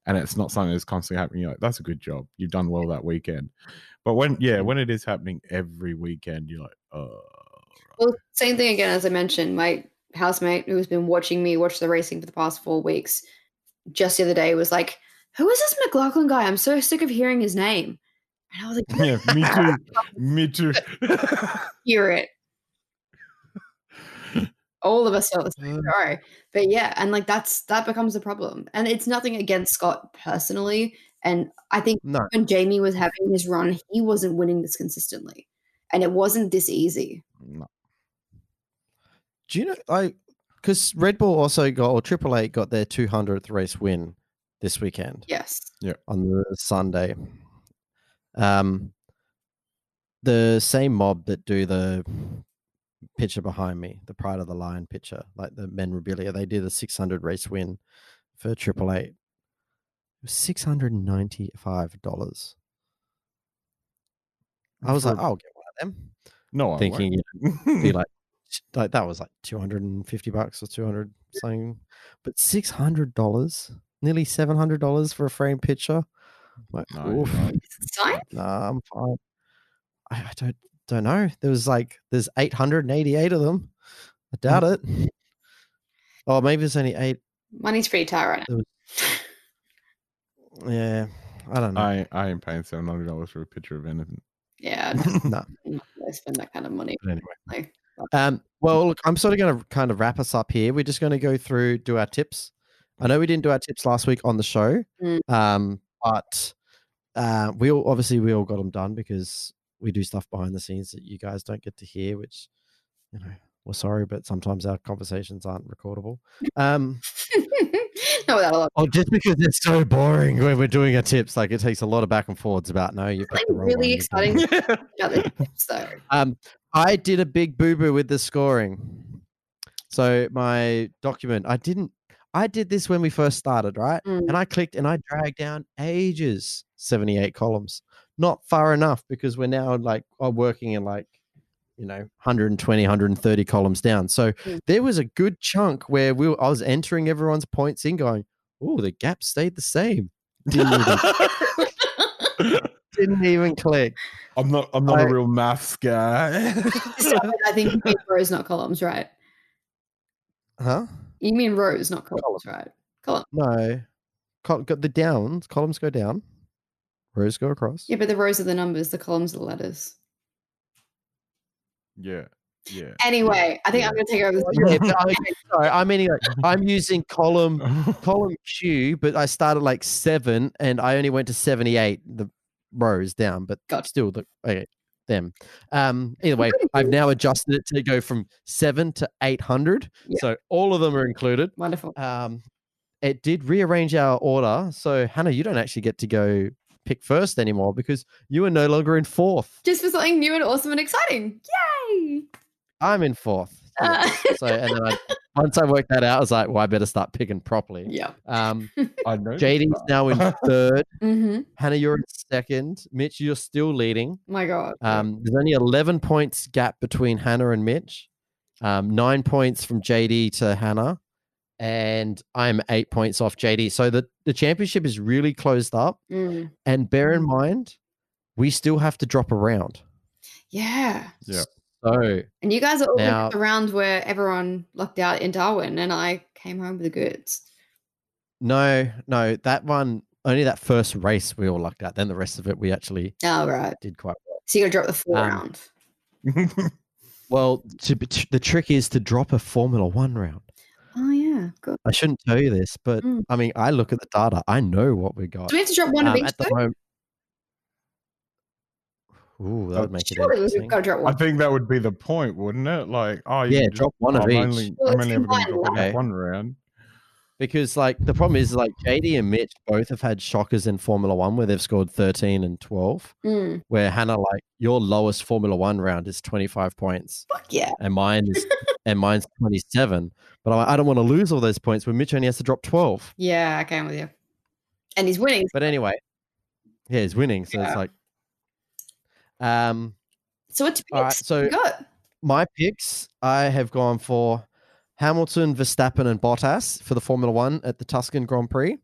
B: and it's not something that's constantly happening, you're like, that's a good job. You've done well that weekend. But when, yeah, when it is happening every weekend, you're like, oh,
C: Well, same thing again, as I mentioned, my housemate who's been watching me watch the racing for the past four weeks, just the other day was like, Who is this McLaughlin guy? I'm so sick of hearing his name. And I was like,
B: yeah, me too. me too.
C: hear it. All of us felt the same.
A: Mm.
C: Sorry. But yeah, and like that's that becomes a problem. And it's nothing against Scott personally. And I think
A: No,
C: when Jamie was having his run, he wasn't winning this consistently. And it wasn't this easy.
B: No.
A: do you know, I, because Red Bull also got, or Triple Eight got their 200th race win this weekend
C: Yes.
A: on the Sunday. Um, the same mob that do the picture behind me, the Pride of the Lion picture, like the memorabilia, they did a 600 race win for Triple Eight. It was six hundred and ninety-five dollars. I was
B: For-
A: like, I'll get one of them,
B: No, I won't.
A: thinking you be like, "Sh- like that was like two hundred and fifty bucks or two hundred something, but six hundred dollars, nearly seven hundred dollars for a framed picture. I'm Like,
B: No,
A: oof.
B: you're right.
C: Is it signed?
A: Nah, I'm fine. I, I don't don't know. There was like there's 888 of them. I doubt it. Oh, maybe there's only eight.
C: Money's pretty tight right now.
A: Yeah, I don't know.
B: I, I am paying seven hundred dollars for a picture of anything.
C: Yeah.
A: no.
C: I'm not gonna spend that kind of money.
A: But anyway.
C: Like,
A: Um, well, look, I'm sort of going to kind of wrap us up here. We're just going to go through, do our tips. I know we didn't do our tips last week on the show,
C: Mm.
A: um, but uh, we all obviously we all got them done because we do stuff behind the scenes that you guys don't get to hear. Which you know, we're sorry, but sometimes our conversations aren't recordable. Um,
C: not without a lot.
A: oh, just because it's so boring when we're doing our tips, like it takes a lot of back and forwards about no, you've got
C: Something
A: the wrong one,
C: really
A: you've got the
C: exciting about the tips, though.
A: um, I did a big boo boo with the scoring. So my document, I didn't. I did this when we first started, right?
C: Mm.
A: And I clicked and I dragged down ages, seventy-eight columns. Not far enough because we're now like are working in like you know 120 130 columns down so
C: Mm.
A: there was a good chunk where we were, i was entering everyone's points in going oh the gap stayed the same didn't even, didn't even click
B: I'm not. I'm not
A: I-
B: a real maths guy.
C: So, I think you mean rows, not columns, right?
A: huh
C: You mean rows, not columns, right? Column.
A: no Col- got the downs columns go down rows go across
C: Yeah, but the rows are the numbers, the columns are the letters.
B: yeah. Yeah.
C: Anyway, I think I'm going to take over this.
A: Yeah, but I, sorry, I'm meaning like, I'm using column column Q, but I started like seven and I only went to seventy eight the rows down, but
C: Gotcha.
A: still the okay, them. Um either way,
C: Good.
A: I've now adjusted it to go from seven to eight hundred.
C: Yeah.
A: So all of them are included.
C: Wonderful.
A: Um it did rearrange our order. So Hannah, you don't actually get to go pick first anymore because you are no longer in fourth.
C: Just for something new and awesome and exciting. Yay!
A: I'm in fourth.
C: Uh,
A: So and then I, once I worked that out, I was like, well, I better start picking properly.
C: yeah.
A: Um
B: I know.
A: JD's now in third.
C: hmm
A: Hannah, you're in second. Mitch, you're still leading.
C: My God.
A: Um, there's only 11 points gap between Hannah and Mitch, um, nine points from JD to Hannah, and I'm eight points off JD. So the, the championship is really closed up.
C: Mm.
A: And bear in mind, we still have to drop a round.
C: Yeah.
B: Yeah.
A: So
C: And you guys are all
A: Now-
C: around where everyone lucked out in Darwin, and I came home with the goods.
A: no, no, that one only that first race we all lucked out. Then the rest of it we actually
C: All right.
A: did quite well.
C: So you got to drop the four
A: Um,
C: round.
A: Well, to, to, the trick is to drop a Formula One round.
C: Oh yeah, good.
A: I shouldn't tell you this, but
C: Mm.
A: I mean, I look at the data. I know what we got.
C: Do we have to drop one of
A: Um,
C: each?
A: at the
C: though?
A: moment. Ooh, that
B: Oh,
A: would make it
C: Surely
A: interesting.
C: we've got to drop
B: I
C: one.
B: think that would be the point, wouldn't it? Like, oh, you
A: Yeah,
B: can just-
A: drop one of
B: I'm
A: each.
B: Only,
C: Well,
B: I'm
C: it's
B: only ever going to
C: combined,
B: drop
A: right?
B: one round.
A: because like the problem is like JD and Mitch both have had shockers in Formula One where they've scored thirteen and twelve.
C: Mm,
A: Where Hannah, like your lowest Formula One round is twenty five points,
C: fuck yeah.
A: and mine is and mine's twenty seven. But I'm like, I don't want to lose all those points when Mitch only has to drop twelve.
C: Yeah, I came with you. And he's winning.
A: But anyway, yeah, he's winning, so
C: Yeah.
A: it's like, um,
C: So what's your
A: all right.
C: picks?
A: So
C: You got?
A: my picks, I have gone for Hamilton, Verstappen, and Bottas for the Formula One at the Tuscan Grand Prix.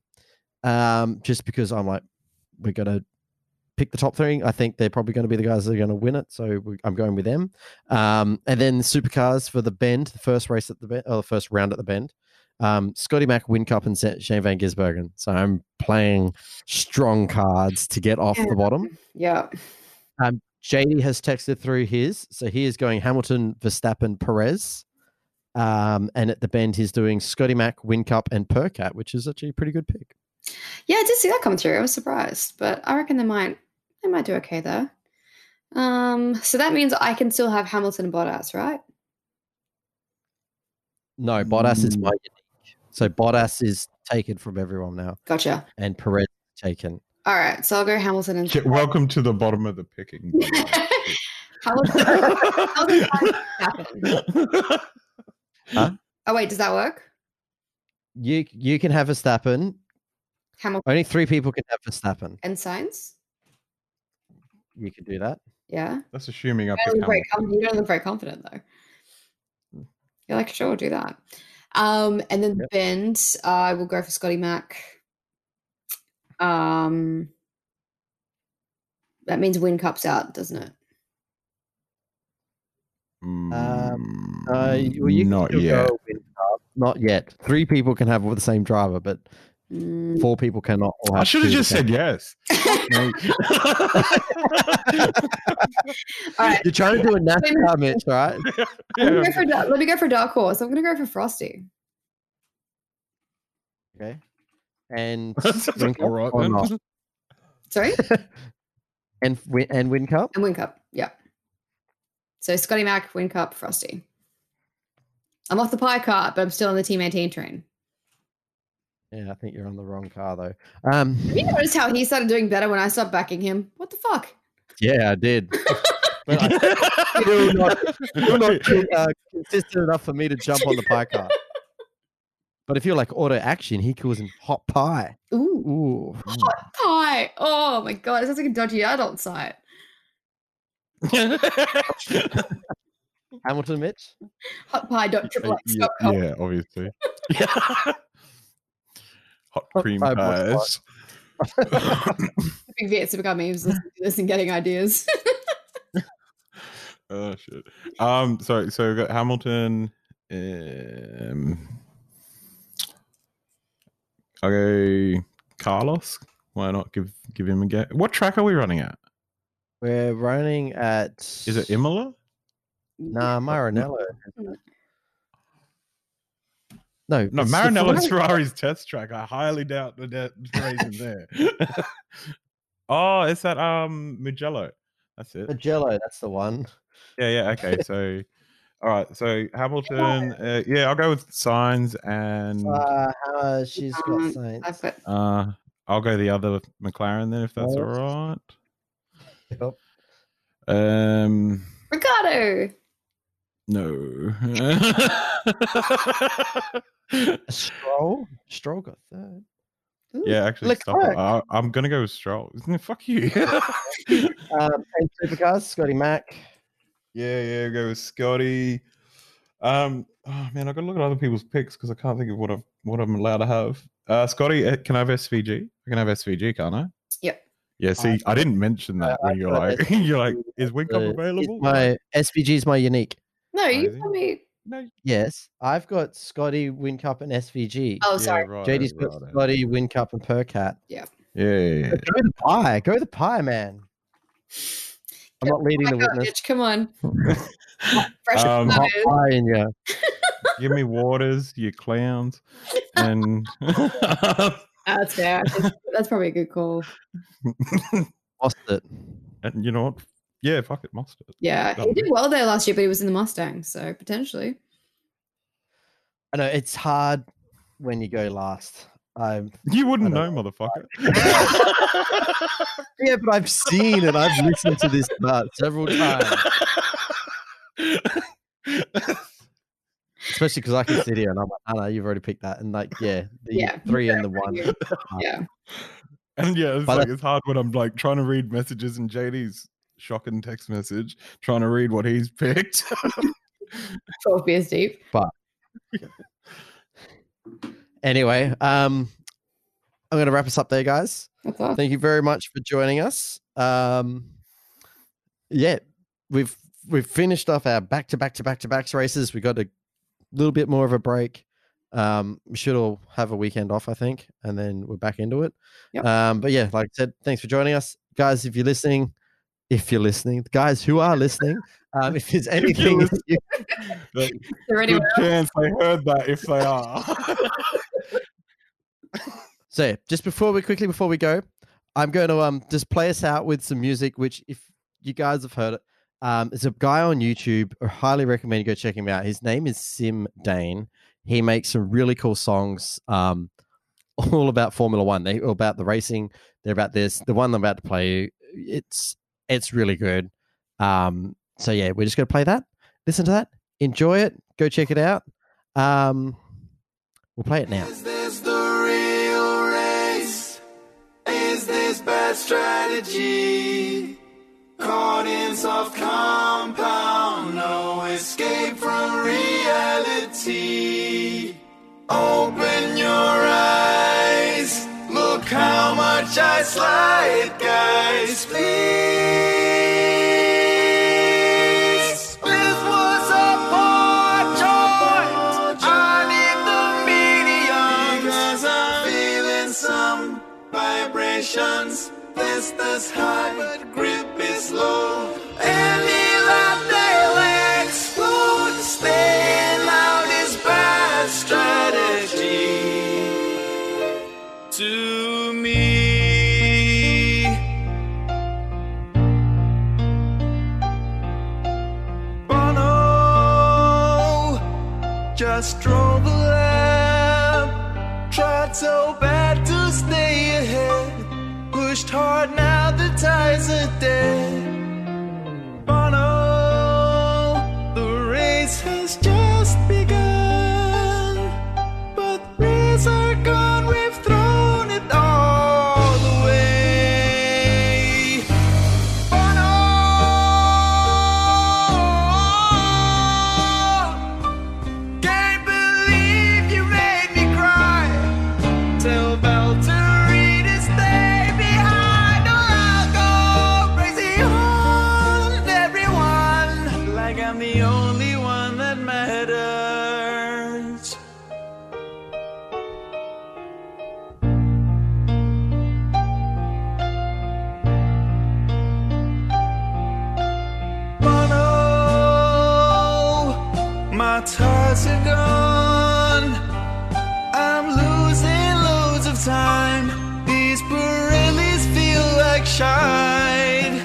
A: Um, just because I'm like, we're gonna pick the top three. I think they're probably going to be the guys that are going to win it, so we, I'm going with them. Um, and then supercars for the Bend, the first race at the Bend, or the first round at the Bend. Um, Scotty Mack, Wincup, and Sa- Shane Van Gisbergen. So I'm playing strong cards to get off the bottom.
C: Yeah.
A: JD has texted through his, so he is going Hamilton, Verstappen, Perez. Um, and at the bend, he's doing Scotty Mack, Wincup, and Percat, which is actually a pretty good pick.
C: Yeah, I did see that come through. I was surprised, but I reckon they might they might do okay there. Um, so that means I can still have Hamilton and Bottas, right?
A: No, Bottas is
B: Mm.
A: my unique. So Bottas is taken from everyone now,
C: Gotcha.
A: and Perez is taken.
C: All right, so I'll go Hamilton and
B: J- Welcome to the bottom of the picking. by
C: Hamilton.
B: the
C: Verstappen.
B: way.
C: oh wait, does that work?
A: You you can have Verstappen.
C: Hamilton
A: Only three people can have Verstappen.
C: and Science?
A: You can do that.
C: Yeah.
B: That's assuming I
C: You don't,
B: pick
C: look very com- you don't look very confident though. You're like, sure, we'll do that. Um, and then
A: Yep.
C: Bend, I will go for Scotty Mac. Um, that means Win Cup's out, doesn't it?
B: Hamilton.
A: Um,
B: Mm,
A: Uh, you- well, you can
B: not
A: still go
B: yet.
A: Wincup. Not yet. Three people can have the same driver, but
C: Mm.
A: four people cannot. all
B: I should have
A: two
B: just
A: the same
B: said yes.
C: All right.
A: You're trying to do a NASCAR, Mitch, right?
C: I'm gonna go
B: Yeah.
C: for, da- let me go for Dark Horse. I'm going to go for Frosty.
A: Okay. And
B: All
A: Wincup
B: right,
A: or
B: then.
A: not?
C: Sorry?
A: and Win- and win cup.
C: and Win Cup. Yeah. So Scotty Mac, Win Cup, Frosty. I'm off the pie cart, but I'm still on the Team 18 train.
A: Yeah, I think you're on the wrong car though. Um,
C: Have you noticed how he started doing better when I stopped backing him? What the fuck?
A: yeah, I did.
B: But I-
A: Still not, still not uh, consistent enough for me to jump on the pie cart. But if you're like auto action, he calls him hot pie.
C: Ooh,
A: Ooh.
C: hot pie. Oh my god, it sounds like a dodgy adult site.
A: Hamilton Mitch.
C: Hot pie. Dot triple X.
B: Uh, yeah,
C: dot com.
B: yeah, obviously. Hot
A: Hot
B: cream
A: pie boy
B: pies.
C: I think Viet Supercar memes listening to this and getting ideas.
B: oh shit. Um. So so we've got Hamilton. Um. I'll go Carlos. Why not give give him a go? What track are we running at?
A: We're running at.
B: Is it Imola?
A: Nah, Maranello. No,
B: No,
A: it's the
B: Marinella's
A: Ferrari.
B: Ferrari's test track. I highly doubt that that racing there. oh, it's that um Mugello. That's it.
A: Magello, that's the one.
B: Yeah, yeah. Okay, so all right, so Hamilton. Uh, yeah, I'll go with signs and
A: Uh, how she's got
C: Um,
A: science.
C: I've got
B: uh, I'll go the other McLaren then, if that's all right.
A: Yep.
B: Um,
C: Ricardo.
B: no.
A: Stroll? Stroll got third.
C: Ooh,
B: yeah, actually,
A: Leclerc.
B: stop it. I, I'm gonna go with Stroll. Fuck you.
A: Um, and supercars, Scotty Mack.
B: Yeah, yeah, go with Scotty. Um, oh man, I gotta look at other people's picks because I can't think of what I've what I'm allowed to have. Uh, Scotty, eh, can I have SVG? I can have SVG, can't I?
C: Yep.
B: Yeah. See, I didn't mention
A: Uh,
B: that when you're
A: got
B: like, you're like, is
A: Uh,
B: Wincop
A: is
B: available?
A: My SVG is my unique.
C: No, you
B: Amazing.
C: tell me.
B: no.
A: Yes, I've got Scotty, Win Cup, and SVG.
C: Oh, sorry.
B: Yeah, right,
A: JD's got
B: right, right.
A: Scotty, Win Cup, and Percat.
B: Yeah, yeah, yeah.
A: Go the pie. Go the pie, man. I'm not leading
C: My
A: the
C: God,
A: witness.
C: bitch, come on. Fresh
B: Um,
C: potatoes.
A: Hot pie in you.
B: Give me waters, you clowns, and
C: Ah, That's fair. That's- That's probably a good call.
A: Lost it.
B: and you know what? Yeah, fuck it, mustard.
C: Yeah,
B: That
C: he
B: would
C: did
B: be-
C: well there last year, but he was in the Mustang, so potentially.
A: I know it's hard when you go last. I'm,
B: You wouldn't know,
A: don't
B: motherfucker.
A: yeah, but I've seen and I've listened to this part several times, especially because I can sit here and I'm like, Anna, you've already picked that. And like, yeah, the
C: Yeah,
A: three and the one.
C: you. Yeah.
B: And yeah, it's
A: But
B: like it's hard when I'm like trying to read messages and JD's shocking text message, trying to read what he's picked.
C: 12 beers deep.
A: Anyway, um, I'm going to wrap us up there, guys.
C: That's awesome.
A: Thank you very much for joining us. Um, yeah, we've we've finished off our back to back to back to backs races. We got a little bit more of a break. Um, we should all have a weekend off, I think, and then we're back into it.
C: Yep.
A: Um, but yeah, like I said, thanks for joining us, guys. If you're listening, if you're listening, guys who are listening, um, if there's anything,
B: listening.
A: you-
B: Like,
C: Is there
B: good
C: anyone
B: chance they heard that if they are.
A: so yeah, just before we quickly before we go, I'm going to um just play us out with some music, which if you guys have heard it, um, it's a guy on YouTube. I highly recommend you go check him out. His name is Sim Dane. He makes some really cool songs, um, all about Formula One. They all about the racing. They're about this. The one I'm about to play, it's it's really good. Um, so yeah, we're just gonna play that. Listen to that. Enjoy it. Go check it out. Um, we'll play it now.
D: Is this the real race? Is this bad strategy? Caught in soft compound, no escape from reality. Open your eyes, look how much I slide, guys. Please, this was a poor joint. I need the medium because I'm feeling some vibrations. This this high, but grip is low. Any light they'll explode. Staying out is bad strategy to me. Bono just drove a lap, tried so bad to stay ahead, pushed hard now the tires are dead. Bono Oh, hours are gone. I'm losing loads of time. These Pirellis feel like shine.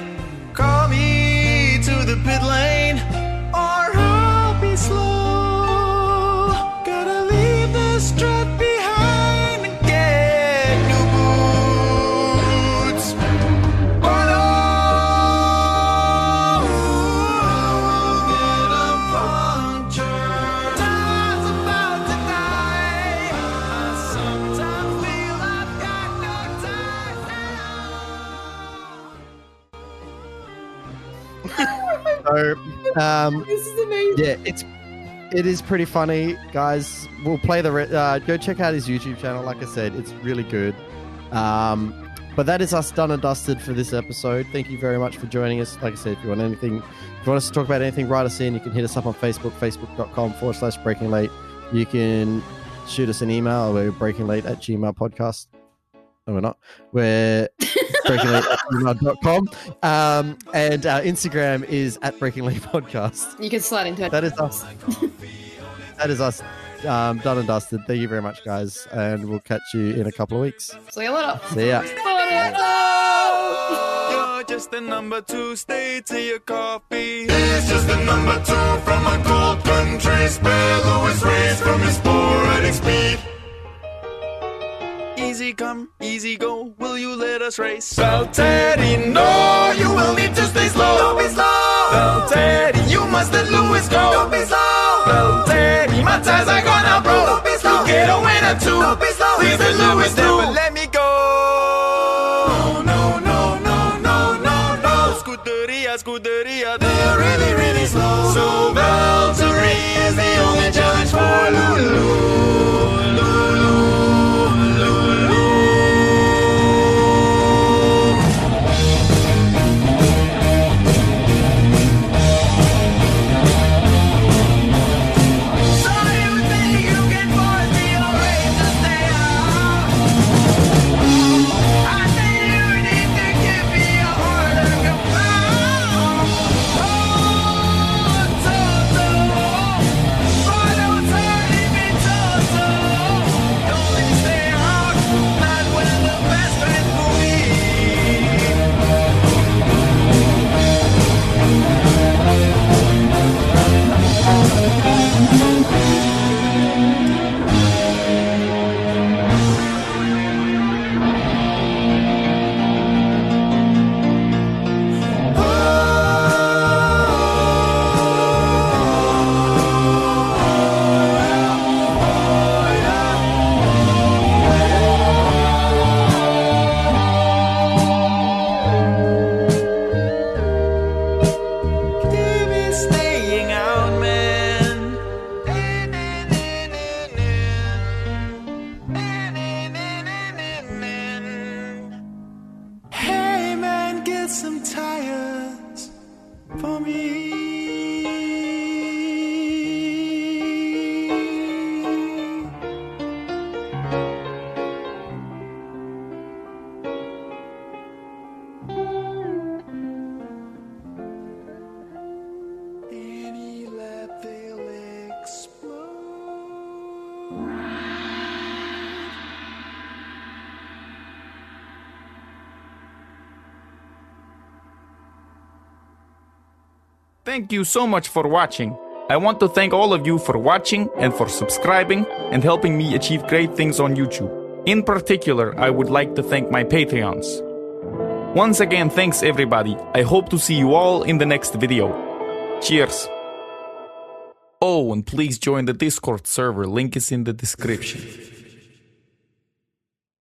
D: Call me to the pit lane, or I'll be slow. Gotta leave the strut behind and get new boots. But I'll get a puncture. Time's about to die. I sometimes feel I've got no time at all.
A: So, um,
C: This is amazing.
A: yeah, it's it is pretty funny, guys. We'll play the re- uh, go check out his YouTube channel. Like I said, it's really good. Um, but that is us done and dusted for this episode. Thank you very much for joining us. Like I said, if you want anything, if you want us to talk about anything, write us in. You can hit us up on Facebook, facebook.com forward slash breaking late. You can shoot us an email. We're breaking late at gmail podcast. No, we're not. We're breaking late at gmail.com. Um, and our Instagram is at breaking late podcast.
C: You can slide into it.
A: That is us. that is us. Um, done and dusted. Thank you very much, guys. And we'll catch you in a couple of weeks.
C: See you later.
A: See ya.
C: Oh,
D: You're just a number two, stay to your coffee. He's just a number two from a cold country. Spare Louis Reese from his sporadic speed. Easy come, easy go. Will you let us race? Well, Teddy, no, you will need to stay slow. Don't be slow. Well, Teddy, you must let Louis go. Don't be slow. Well, Teddy, my tires are gonna blow. Don't be slow. You get a winner too. Don't be slow. Please let Louis do. Let me go. No, no, no, no, no, no, no. Scuderia, Scuderia, they're really, really slow. So Valtteri is the only challenge for Lulu. Lulu, Lulu. So you think you can force the orange to stay out? I think you need to give me a harder goodbye. Oh, Toto, why don't hurt me, Toto? Don't let me stay out, not when the best friend for me. Give me staying out, man. Hey, man, get some tires for me. Any lap they'll explode.
E: Thank you so much for watching. I want to thank all of you for watching and for subscribing and helping me achieve great things on YouTube. In particular, I would like to thank my Patreons. Once again, thanks everybody. I hope to see you all in the next video. Cheers. Oh, and please join the Discord server. Link is in the description.